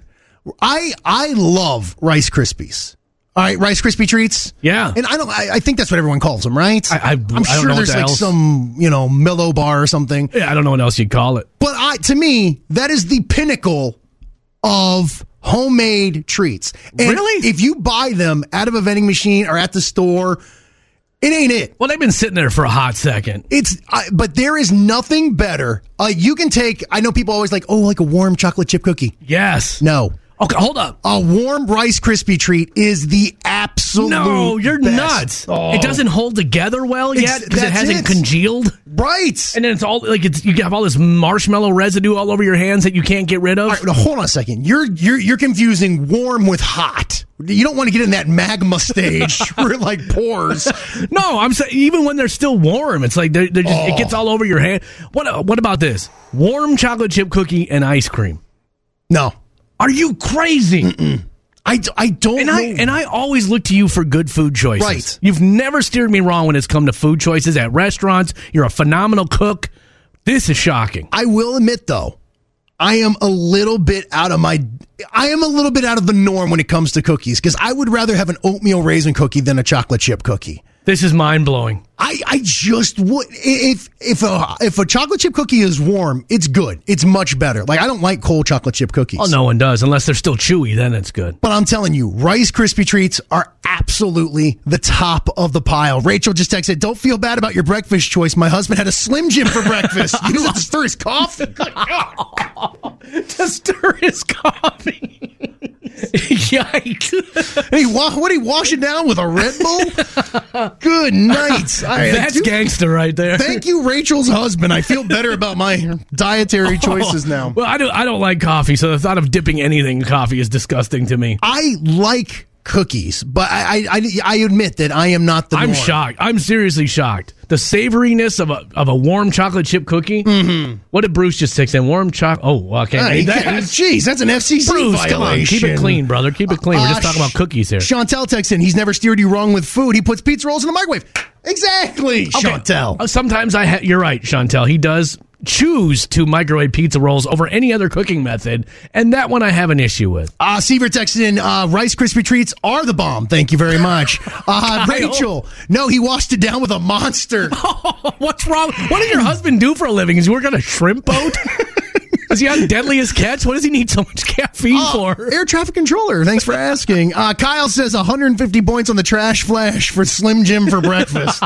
Speaker 2: I I love Rice Krispies. All right, Rice Krispie treats.
Speaker 1: Yeah.
Speaker 2: and I don't. I, I think that's what everyone calls them, right?
Speaker 1: I- I- I
Speaker 2: am
Speaker 1: don't
Speaker 2: sure
Speaker 1: know what
Speaker 2: there's
Speaker 1: the
Speaker 2: like
Speaker 1: else-
Speaker 2: some you know mellow bar or something.
Speaker 1: Yeah, I don't know what else you'd call it.
Speaker 2: But I, to me, that is the pinnacle of homemade treats. And
Speaker 1: Really?
Speaker 2: If you buy them out of a vending machine or at the store, it ain't it.
Speaker 1: Well, they've been sitting there for a hot second.
Speaker 2: It's I, but there is nothing better. Uh, you can take. I know people always like, oh, like a warm chocolate chip cookie.
Speaker 1: Yes.
Speaker 2: No,
Speaker 1: Okay, hold up.
Speaker 2: a warm Rice crispy treat is the absolute.
Speaker 1: No, you're
Speaker 2: best.
Speaker 1: nuts.
Speaker 2: Oh.
Speaker 1: It doesn't hold together well
Speaker 2: It's-
Speaker 1: yet because it
Speaker 2: that's
Speaker 1: hasn't
Speaker 2: it.
Speaker 1: congealed.
Speaker 2: right.
Speaker 1: And then it's all like it's, you have all this marshmallow residue all over your hands that you can't get rid of.
Speaker 2: All right, now hold on a second. You're you're you're confusing warm with hot. You don't want to get in that magma stage where it like pours.
Speaker 1: No, I'm saying even when they're still warm, it's like they're, they're just it
Speaker 2: Oh.
Speaker 1: gets all over your hand. What what about this? Warm chocolate chip cookie and ice cream.
Speaker 2: No,
Speaker 1: Are you crazy?
Speaker 2: I, d- I don't
Speaker 1: And
Speaker 2: know.
Speaker 1: I and I always look to you for good food choices.
Speaker 2: Right.
Speaker 1: You've never steered me wrong when it's come to food choices at restaurants. You're a phenomenal cook. This is shocking.
Speaker 2: I will admit though, I am a little bit out of my I am a little bit out of the norm when it comes to cookies because I would rather have an oatmeal raisin cookie than a chocolate chip cookie.
Speaker 1: This is mind blowing.
Speaker 2: I, I just would if if a if a chocolate chip cookie is warm, it's good. It's much better. Like I don't like cold chocolate chip cookies.
Speaker 1: Well, no one does unless they're still chewy. Then it's good.
Speaker 2: But I'm telling you, Rice Krispie treats are absolutely the top of the pile. Rachel just texted, "Don't feel bad about your breakfast choice. My husband had a Slim Jim for breakfast. You know what? This first coffee.
Speaker 1: to stir his coffee. Yikes.
Speaker 2: Hey, wa- what are you washing down with a Red Bull? Good night. I- I
Speaker 1: That's
Speaker 2: do-
Speaker 1: gangster right there.
Speaker 2: Thank you, Rachel's husband. I feel better about my dietary
Speaker 1: Oh.
Speaker 2: choices now.
Speaker 1: Well, I don't I don't like coffee, so the thought of dipping anything in coffee is disgusting to me.
Speaker 2: I like cookies, but I I, I- I admit that I am not the.
Speaker 1: I'm
Speaker 2: norm.
Speaker 1: shocked. I'm seriously shocked. The savoriness of a of a warm chocolate chip cookie. What did Bruce just text in? Warm chocolate. Oh, okay.
Speaker 2: Mm-hmm. Ah,
Speaker 1: Hey,
Speaker 2: he-
Speaker 1: that-
Speaker 2: yeah, Jeez, that's an FCC
Speaker 1: Bruce,
Speaker 2: violation. Ah,
Speaker 1: come on. Keep it clean, brother. Keep it clean. We're just talking about cookies here.
Speaker 2: Chantel texts in, he's never steered you wrong with food. He puts pizza rolls in the microwave. Exactly,
Speaker 1: Okay.
Speaker 2: Chantel.
Speaker 1: Uh, Sometimes I ha- you're right, Chantel. He does choose to microwave pizza rolls over any other cooking method, and that one I have an issue with.
Speaker 2: Uh, Seaver texted in, uh, Rice Krispie treats are the bomb. Thank you very much.
Speaker 1: Kyle.
Speaker 2: Uh, Rachel, no, he washed it down with a monster.
Speaker 1: What's wrong? What did your husband do for a living? Is he work on a shrimp boat? Is he on Deadliest Catch? What does he need so much caffeine for?
Speaker 2: Air traffic controller. Thanks for asking. Uh, Kyle says 150 points on the trash flash for Slim Jim for breakfast.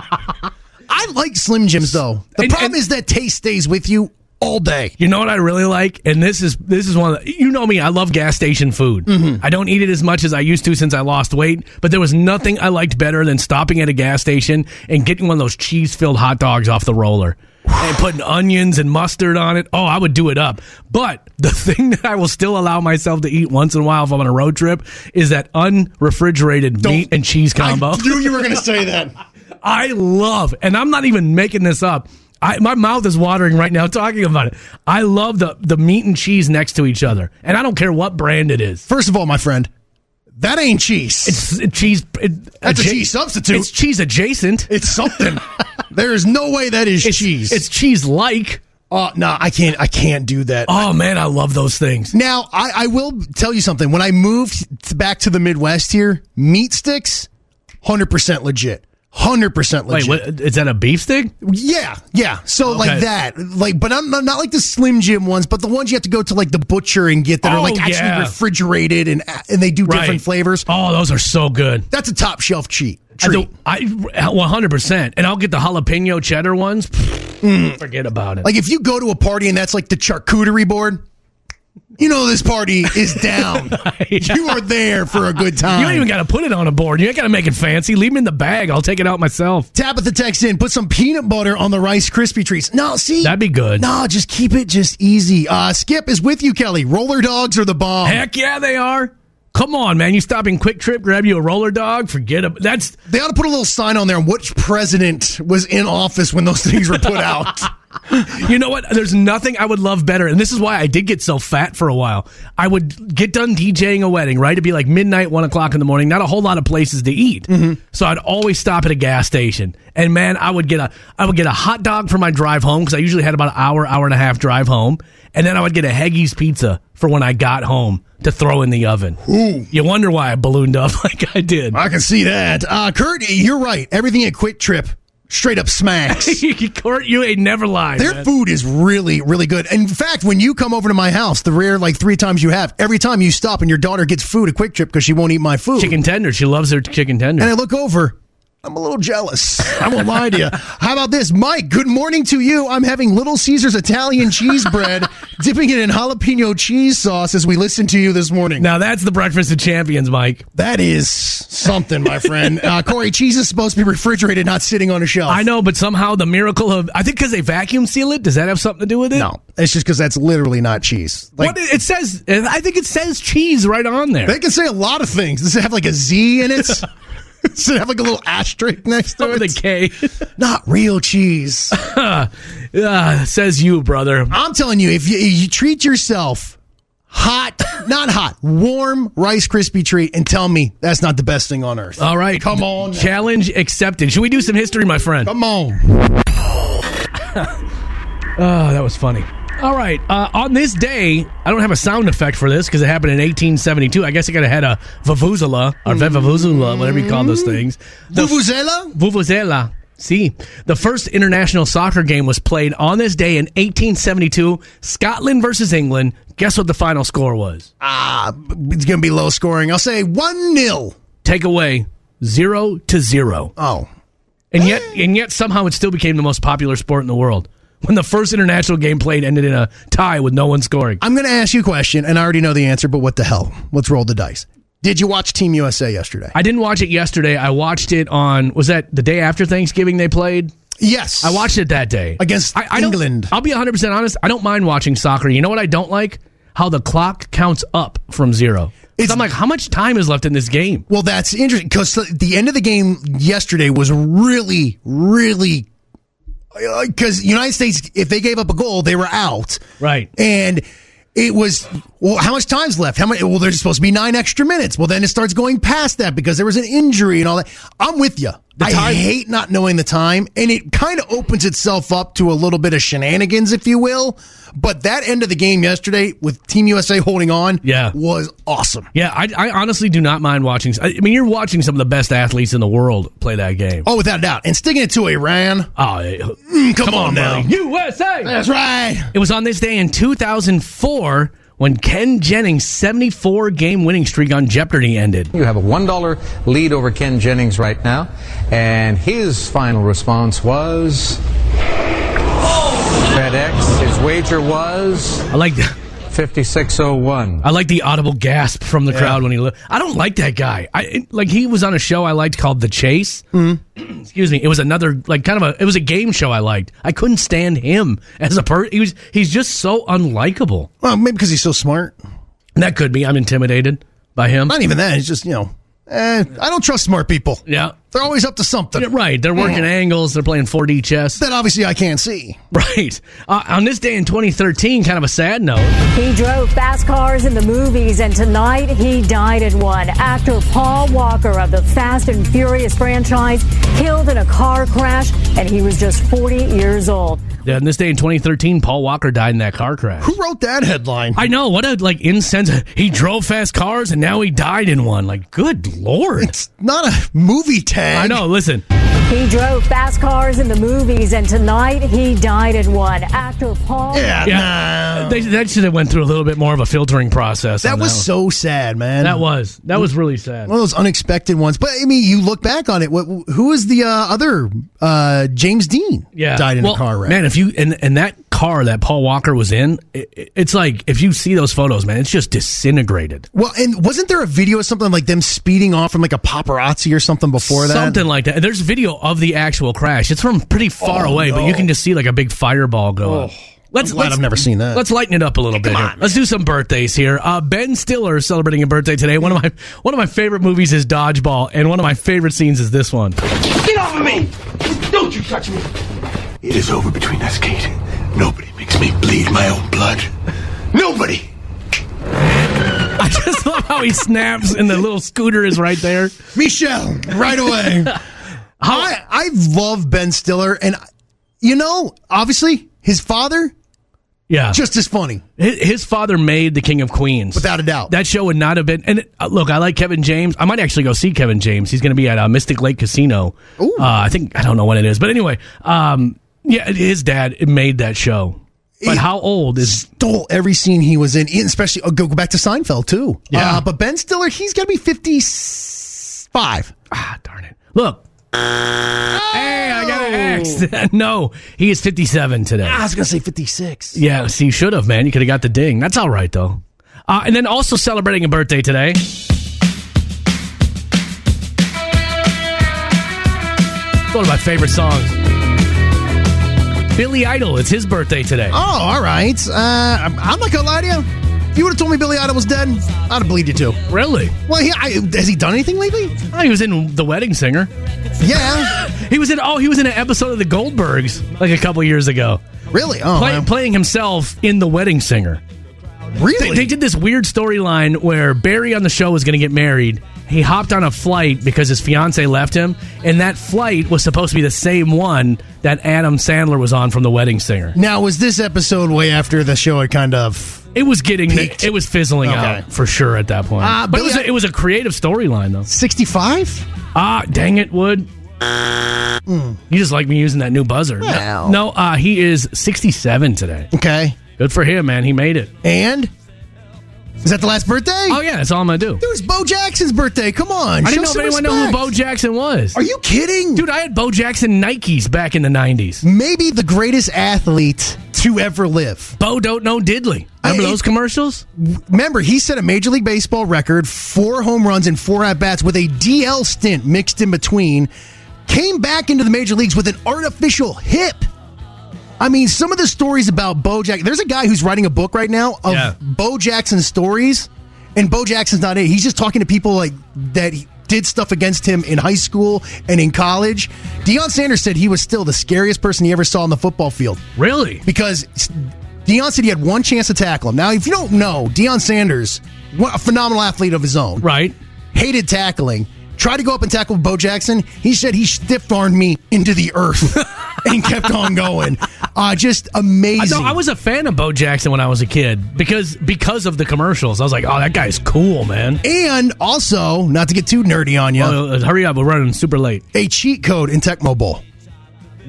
Speaker 2: I like Slim Jims though. The problem is that taste stays with you all day.
Speaker 1: You know what I really like, and this is this is one. Of the, you know me, I love gas station food. I don't eat it as much as I used to since I lost weight, but there was nothing I liked better than stopping at a gas station and getting one of those cheese filled hot dogs off the roller and putting onions and mustard on it. Oh, I would do it up. But the thing that I will still allow myself to eat once in a while if I'm on a road trip is that unrefrigerated meat and cheese combo.
Speaker 2: I knew you were going to say that.
Speaker 1: I love, and I'm not even making this up. I, my mouth is watering right now talking about it. I love the the meat and cheese next to each other, and I don't care what brand it is.
Speaker 2: First of all, my friend, that ain't cheese.
Speaker 1: It's it- cheese. it-
Speaker 2: That's a
Speaker 1: adja-
Speaker 2: cheese substitute.
Speaker 1: It's cheese adjacent.
Speaker 2: It's something. there is no way that is cheese.
Speaker 1: It's cheese like.
Speaker 2: Oh no, I can't. I can't do that.
Speaker 1: Oh man, I love those things.
Speaker 2: Now, I, I will tell you something. When I moved th- back to the Midwest here, meat sticks, hundred percent legit. Hundred percent
Speaker 1: Wait,
Speaker 2: legit.
Speaker 1: what, is that a beef stick?
Speaker 2: Yeah, yeah. So
Speaker 1: Okay.
Speaker 2: like that, like, but I'm not, not like the Slim Jim ones, but the ones you have to go to like the butcher and get that
Speaker 1: Oh,
Speaker 2: are like actually
Speaker 1: yeah.
Speaker 2: refrigerated and and they do
Speaker 1: Right.
Speaker 2: different flavors.
Speaker 1: Oh, those are so good.
Speaker 2: That's a top shelf cheat.
Speaker 1: I,
Speaker 2: treat.
Speaker 1: do- I 100%. And I'll get the jalapeno cheddar ones.
Speaker 2: Mm.
Speaker 1: Forget about it.
Speaker 2: Like if you go to a party and that's like the charcuterie board, you know this party is down. You are there for a good time.
Speaker 1: you don't even got to put it on a board. You ain't got to make it fancy. Leave them in the bag. I'll take it out myself.
Speaker 2: Tabitha texts in, put some peanut butter on the Rice Krispie treats. No, see,
Speaker 1: That'd be good.
Speaker 2: no, just keep it just easy. Uh, Skip is with you, Kelly. Roller dogs are the bomb.
Speaker 1: Heck yeah, they are. Come on, man. You stop in Quick Trip, grab you a roller dog, forget about that's
Speaker 2: They ought to put a little sign on there on which president was in office when those things were put out.
Speaker 1: you know what? There's nothing I would love better. And this is why I did get so fat for a while. I would get done DJing a wedding, right? It'd be like midnight, one o'clock in the morning, not a whole lot of places to eat. So I'd always stop at a gas station. And man, I would get a I would get a hot dog for my drive home because I usually had about an hour, hour and a half drive home. And then I would get a Heggy's pizza for when I got home to throw in the oven. You wonder why I ballooned up like I did.
Speaker 2: I can see that. Uh, Kurt, you're right. Everything at Quick Trip straight up smacks.
Speaker 1: Court, you ain't never lied.
Speaker 2: Their
Speaker 1: man.
Speaker 2: food is really, really good. In fact, when you come over to my house, the rare like three times you have, every time you stop and your daughter gets food at Quick Trip because she won't eat my food.
Speaker 1: chicken tender. She loves her chicken tender.
Speaker 2: And I look over. I'm a little jealous. I won't lie to you. How about this, Mike? Good morning to you. I'm having Little Caesar's Italian cheese bread, dipping it in jalapeno cheese sauce as we listen to you this morning.
Speaker 1: now that's the breakfast of champions, Mike.
Speaker 2: that is something, my friend. Uh, Corey, cheese is supposed to be refrigerated, not sitting on a shelf.
Speaker 1: I know, but somehow the miracle of I think because they vacuum seal it. Does that have something to do with it?
Speaker 2: No, it's just because that's literally not cheese. Like,
Speaker 1: what it it says, and I think it says cheese right on there.
Speaker 2: They can say a lot of things. Does it have like a Z in it? Does it have like a little asterisk next to
Speaker 1: With a
Speaker 2: it?
Speaker 1: K,
Speaker 2: Not real cheese.
Speaker 1: Ah, says you, brother.
Speaker 2: I'm telling you, if you, you treat yourself hot, not hot, warm Rice Krispie treat, and tell me that's not the best thing on earth.
Speaker 1: All right,
Speaker 2: Come on now.
Speaker 1: Challenge accepted. Should we do some history, my friend?
Speaker 2: Come on.
Speaker 1: Oh, that was funny. All right. Uh, on this day, I don't have a sound effect for this because it happened in 1872. I guess I could have had a vuvuzela or
Speaker 2: Mm-hmm.
Speaker 1: vevuzela, whatever you call those things. The
Speaker 2: Vuvuzela?
Speaker 1: Vuvuzela. See, the first international soccer game was played on this day in 1872, Scotland versus England. Guess what the final score was?
Speaker 2: Ah, it's going to be low scoring. I'll say 1 0.
Speaker 1: Take away zero to zero,
Speaker 2: Oh.
Speaker 1: and yet, and yet somehow it still became the most popular sport in the world. When the first international game played ended in a tie with no one scoring.
Speaker 2: I'm going to ask you a question, and I already know the answer, but what the hell? Let's roll the dice. Did you watch Team USA yesterday?
Speaker 1: I didn't watch it yesterday. I watched it on was that the day after Thanksgiving they played.
Speaker 2: yes.
Speaker 1: I watched it that day
Speaker 2: Against
Speaker 1: don't-
Speaker 2: England.
Speaker 1: I'll be 100 percent honest. I don't mind watching soccer. You know what I don't like? How the clock counts up from zero. It's, I'm like, how much time is left in this game?
Speaker 2: Well, that's interesting because the end of the game yesterday was really, really because United States, if they gave up a goal, they were out.
Speaker 1: Right.
Speaker 2: And it was well, how much time's left? How much? Well, there's supposed to be nine extra minutes. Well, then it starts going past that because there was an injury and all that. I'm with you. I hate not knowing the time, and it kind of opens itself up to a little bit of shenanigans, if you will. But that end of the game yesterday with Team USA holding on,
Speaker 1: Yeah.
Speaker 2: was awesome.
Speaker 1: Yeah, I, I honestly do not mind watching. I I mean, you're watching some of the best athletes in the world play that game.
Speaker 2: Oh, without a doubt. And sticking it to Iran.
Speaker 1: Oh, eh,
Speaker 2: Mm, come, on, now.
Speaker 1: buddy. USA.
Speaker 2: That's right.
Speaker 1: It was on this day in 2004 when Ken Jennings' 74 game winning streak on Jeopardy ended.
Speaker 12: You have a $1 lead over Ken Jennings right now. And his final response was FedEx. His wager was
Speaker 1: I like
Speaker 12: 5601.
Speaker 1: I like the audible gasp from the
Speaker 12: Yeah.
Speaker 1: crowd when he. Li- I don't like that guy. I like he was on a show I liked called The Chase. Excuse me. It was another like kind of a. It was a game show I liked. I couldn't stand him as a person. He was he's just so unlikable.
Speaker 2: Well, maybe because he's so smart.
Speaker 1: That could be. I'm intimidated by him.
Speaker 2: Not even that. It's just, you know, eh, I don't trust smart people.
Speaker 1: Yeah.
Speaker 2: They're always up to something.
Speaker 1: Yeah, right. They're working angles. They're playing 4D chess.
Speaker 2: That obviously I can't see.
Speaker 1: Right. Uh, on this day in 2013, kind of a sad note.
Speaker 13: He drove fast cars in the movies, and tonight he died in one. Actor Paul Walker of the Fast and Furious franchise killed in a car crash, and he was just 40 years old.
Speaker 1: Yeah, on this day in 2013, Paul Walker died in that car crash.
Speaker 2: Who wrote that headline?
Speaker 1: I know. What a like insensitive. He drove fast cars and now he died in one. Like, good lord. It's
Speaker 2: not a movie tag.
Speaker 1: I know. Listen,
Speaker 13: He drove fast cars in the movies, and tonight he died in one. Actor Paul.
Speaker 1: yeah, they, that should have went through a little bit more of a filtering process.
Speaker 2: That
Speaker 1: on
Speaker 2: was
Speaker 1: one.
Speaker 2: so sad, man.
Speaker 1: That was that was really sad.
Speaker 2: one of those unexpected ones. But I mean, you look back on it. What? Who was the uh, other uh, James Dean?
Speaker 1: Yeah,
Speaker 2: died in
Speaker 1: Well,
Speaker 2: a car wreck.
Speaker 1: Man, if you and and that car that Paul Walker was in, it- it, it's like if you see those photos, man, it's just disintegrated.
Speaker 2: Well, and wasn't there a video of something like them speeding off from like a paparazzi or something before that?
Speaker 1: Something like that. There's video of the actual crash. It's from pretty far
Speaker 2: Oh,
Speaker 1: away, but you
Speaker 2: no. Oh.
Speaker 1: can just see like a big fireball going. Let's,
Speaker 2: I'm glad I've never seen that.
Speaker 1: Let's lighten it up a little bit. here. Let's do some birthdays here. Uh, ben Stiller is celebrating a birthday today. One of my one of my favorite movies is Dodgeball, and one of my favorite scenes is this one.
Speaker 7: Get off of me! Don't you touch me!
Speaker 14: It is over between us, Kate. Nobody makes me bleed my own blood. Nobody!
Speaker 1: I just love how he snaps, and the little scooter is right there.
Speaker 2: Michelle, right away. I I love Ben Stiller, and you know, obviously his father
Speaker 1: Yeah,
Speaker 2: just as funny.
Speaker 1: His, his father made the King of Queens,
Speaker 2: Without a doubt.
Speaker 1: That show would not have been. And uh, look, I like Kevin James. I might actually go see Kevin James. He's going to be at uh, Mystic Lake Casino. Uh, I think I don't know when it is, but anyway, um, yeah, his dad made that show. But how old is?
Speaker 2: Stole every scene he was in, especially oh, go go back to Seinfeld too.
Speaker 1: Yeah.
Speaker 2: Uh, but Ben Stiller, he's got to be fifty five.
Speaker 1: ah, Look. Hey, I got an X. no, he is 57 today.
Speaker 2: I was gonna say fifty six.
Speaker 1: Yeah, so you should have, man. You could have got the ding. That's all right, though. Uh, and then also celebrating a birthday today. It's one of my favorite songs. Billy Idol, it's his birthday today.
Speaker 2: Oh, all right. Uh, I'm I'm not gonna lie to you. If you would have told me Billy Idol was dead, I'd have believed you too.
Speaker 1: Really?
Speaker 2: Well, he, I, has he done anything lately?
Speaker 1: Oh, he was in The Wedding Singer.
Speaker 2: Yeah.
Speaker 1: he was in oh, he was in an episode of The Goldbergs like a couple years ago.
Speaker 2: Really? Oh,
Speaker 1: Play-
Speaker 2: wow.
Speaker 1: playing himself in The Wedding Singer.
Speaker 2: Really?
Speaker 1: They, they did this weird storyline where Barry on the show was going to get married. He hopped on a flight because his fiance left him, and that flight was supposed to be the same one that Adam Sandler was on from The Wedding Singer.
Speaker 2: Now, was this episode way after the show had kind of?
Speaker 1: It was getting it was fizzling
Speaker 2: Okay.
Speaker 1: out for sure at that point.
Speaker 2: Uh,
Speaker 1: but it was,
Speaker 2: Billy-
Speaker 1: a, it was a creative storyline though.
Speaker 2: 65?
Speaker 1: Ah, dang it, Wood. You just like me using that new buzzer.
Speaker 2: Hmm. Well.
Speaker 1: No, uh, he is 67 today.
Speaker 2: Okay.
Speaker 1: Good for him, man. He made it.
Speaker 2: And is that the last birthday?
Speaker 1: Oh yeah, that's all I'm gonna do.
Speaker 2: Dude, it's Bo Jackson's birthday. Come on.
Speaker 1: I didn't
Speaker 2: show
Speaker 1: know if
Speaker 2: some
Speaker 1: anyone knew who
Speaker 2: respect.
Speaker 1: Bo Jackson was.
Speaker 2: Are you kidding?
Speaker 1: Dude, I had Bo Jackson Nikes back in the 90s.
Speaker 2: Maybe the greatest athlete to ever live.
Speaker 1: Bo don't know diddly. Remember those commercials?
Speaker 2: Remember, he set a Major League Baseball record, four home runs and four at bats with a DL stint mixed in between. Came back into the major leagues with an artificial hip. I mean, some of the stories about Bo Jack. There's a guy who's writing a book right now of
Speaker 1: Yeah.
Speaker 2: Bo Jackson's stories, And Bo Jackson's not it. He's just talking to people like that he- did stuff against him in high school and in college. Deion Sanders said he was still the scariest person he ever saw on the football field.
Speaker 1: Really?
Speaker 2: Because s- Deion said he had one chance to tackle him. Now, if you don't know, Deion Sanders, what- a phenomenal athlete of his own.
Speaker 1: Right.
Speaker 2: Hated tackling. Tried to go up and tackle Bo Jackson. He said he stiff armed me into the earth and kept on going. Uh, just amazing.
Speaker 1: I, thought- I was a fan of Bo Jackson when I was a kid because because of the commercials. I was like, oh, that guy's cool, man.
Speaker 2: And also, not to get too nerdy on you,
Speaker 1: Well, uh, hurry up, we're running super late.
Speaker 2: a cheat code in Tecmo Bowl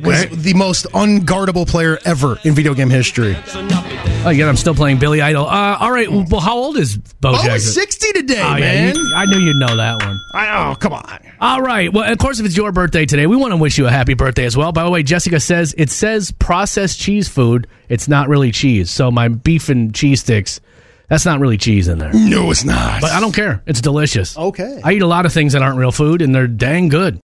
Speaker 2: was the most unguardable player ever in video game history.
Speaker 1: Oh, yeah, I'm still playing Billy Idol. Uh, all right, well, how old is Bo
Speaker 2: Oh,
Speaker 1: Jackson?
Speaker 2: 60 today,
Speaker 1: Oh, yeah,
Speaker 2: man.
Speaker 1: you- I knew you'd know that one.
Speaker 2: I, oh, come on.
Speaker 1: All right. Well, of course, if it's your birthday today, we want to wish you a happy birthday as well. By the way, Jessica says it says processed cheese food. It's not really cheese. So my beef and cheese sticks, that's not really cheese in there.
Speaker 2: No, it's not.
Speaker 1: But I don't care. It's delicious.
Speaker 2: Okay.
Speaker 1: I eat a lot of things that aren't real food, and they're dang good.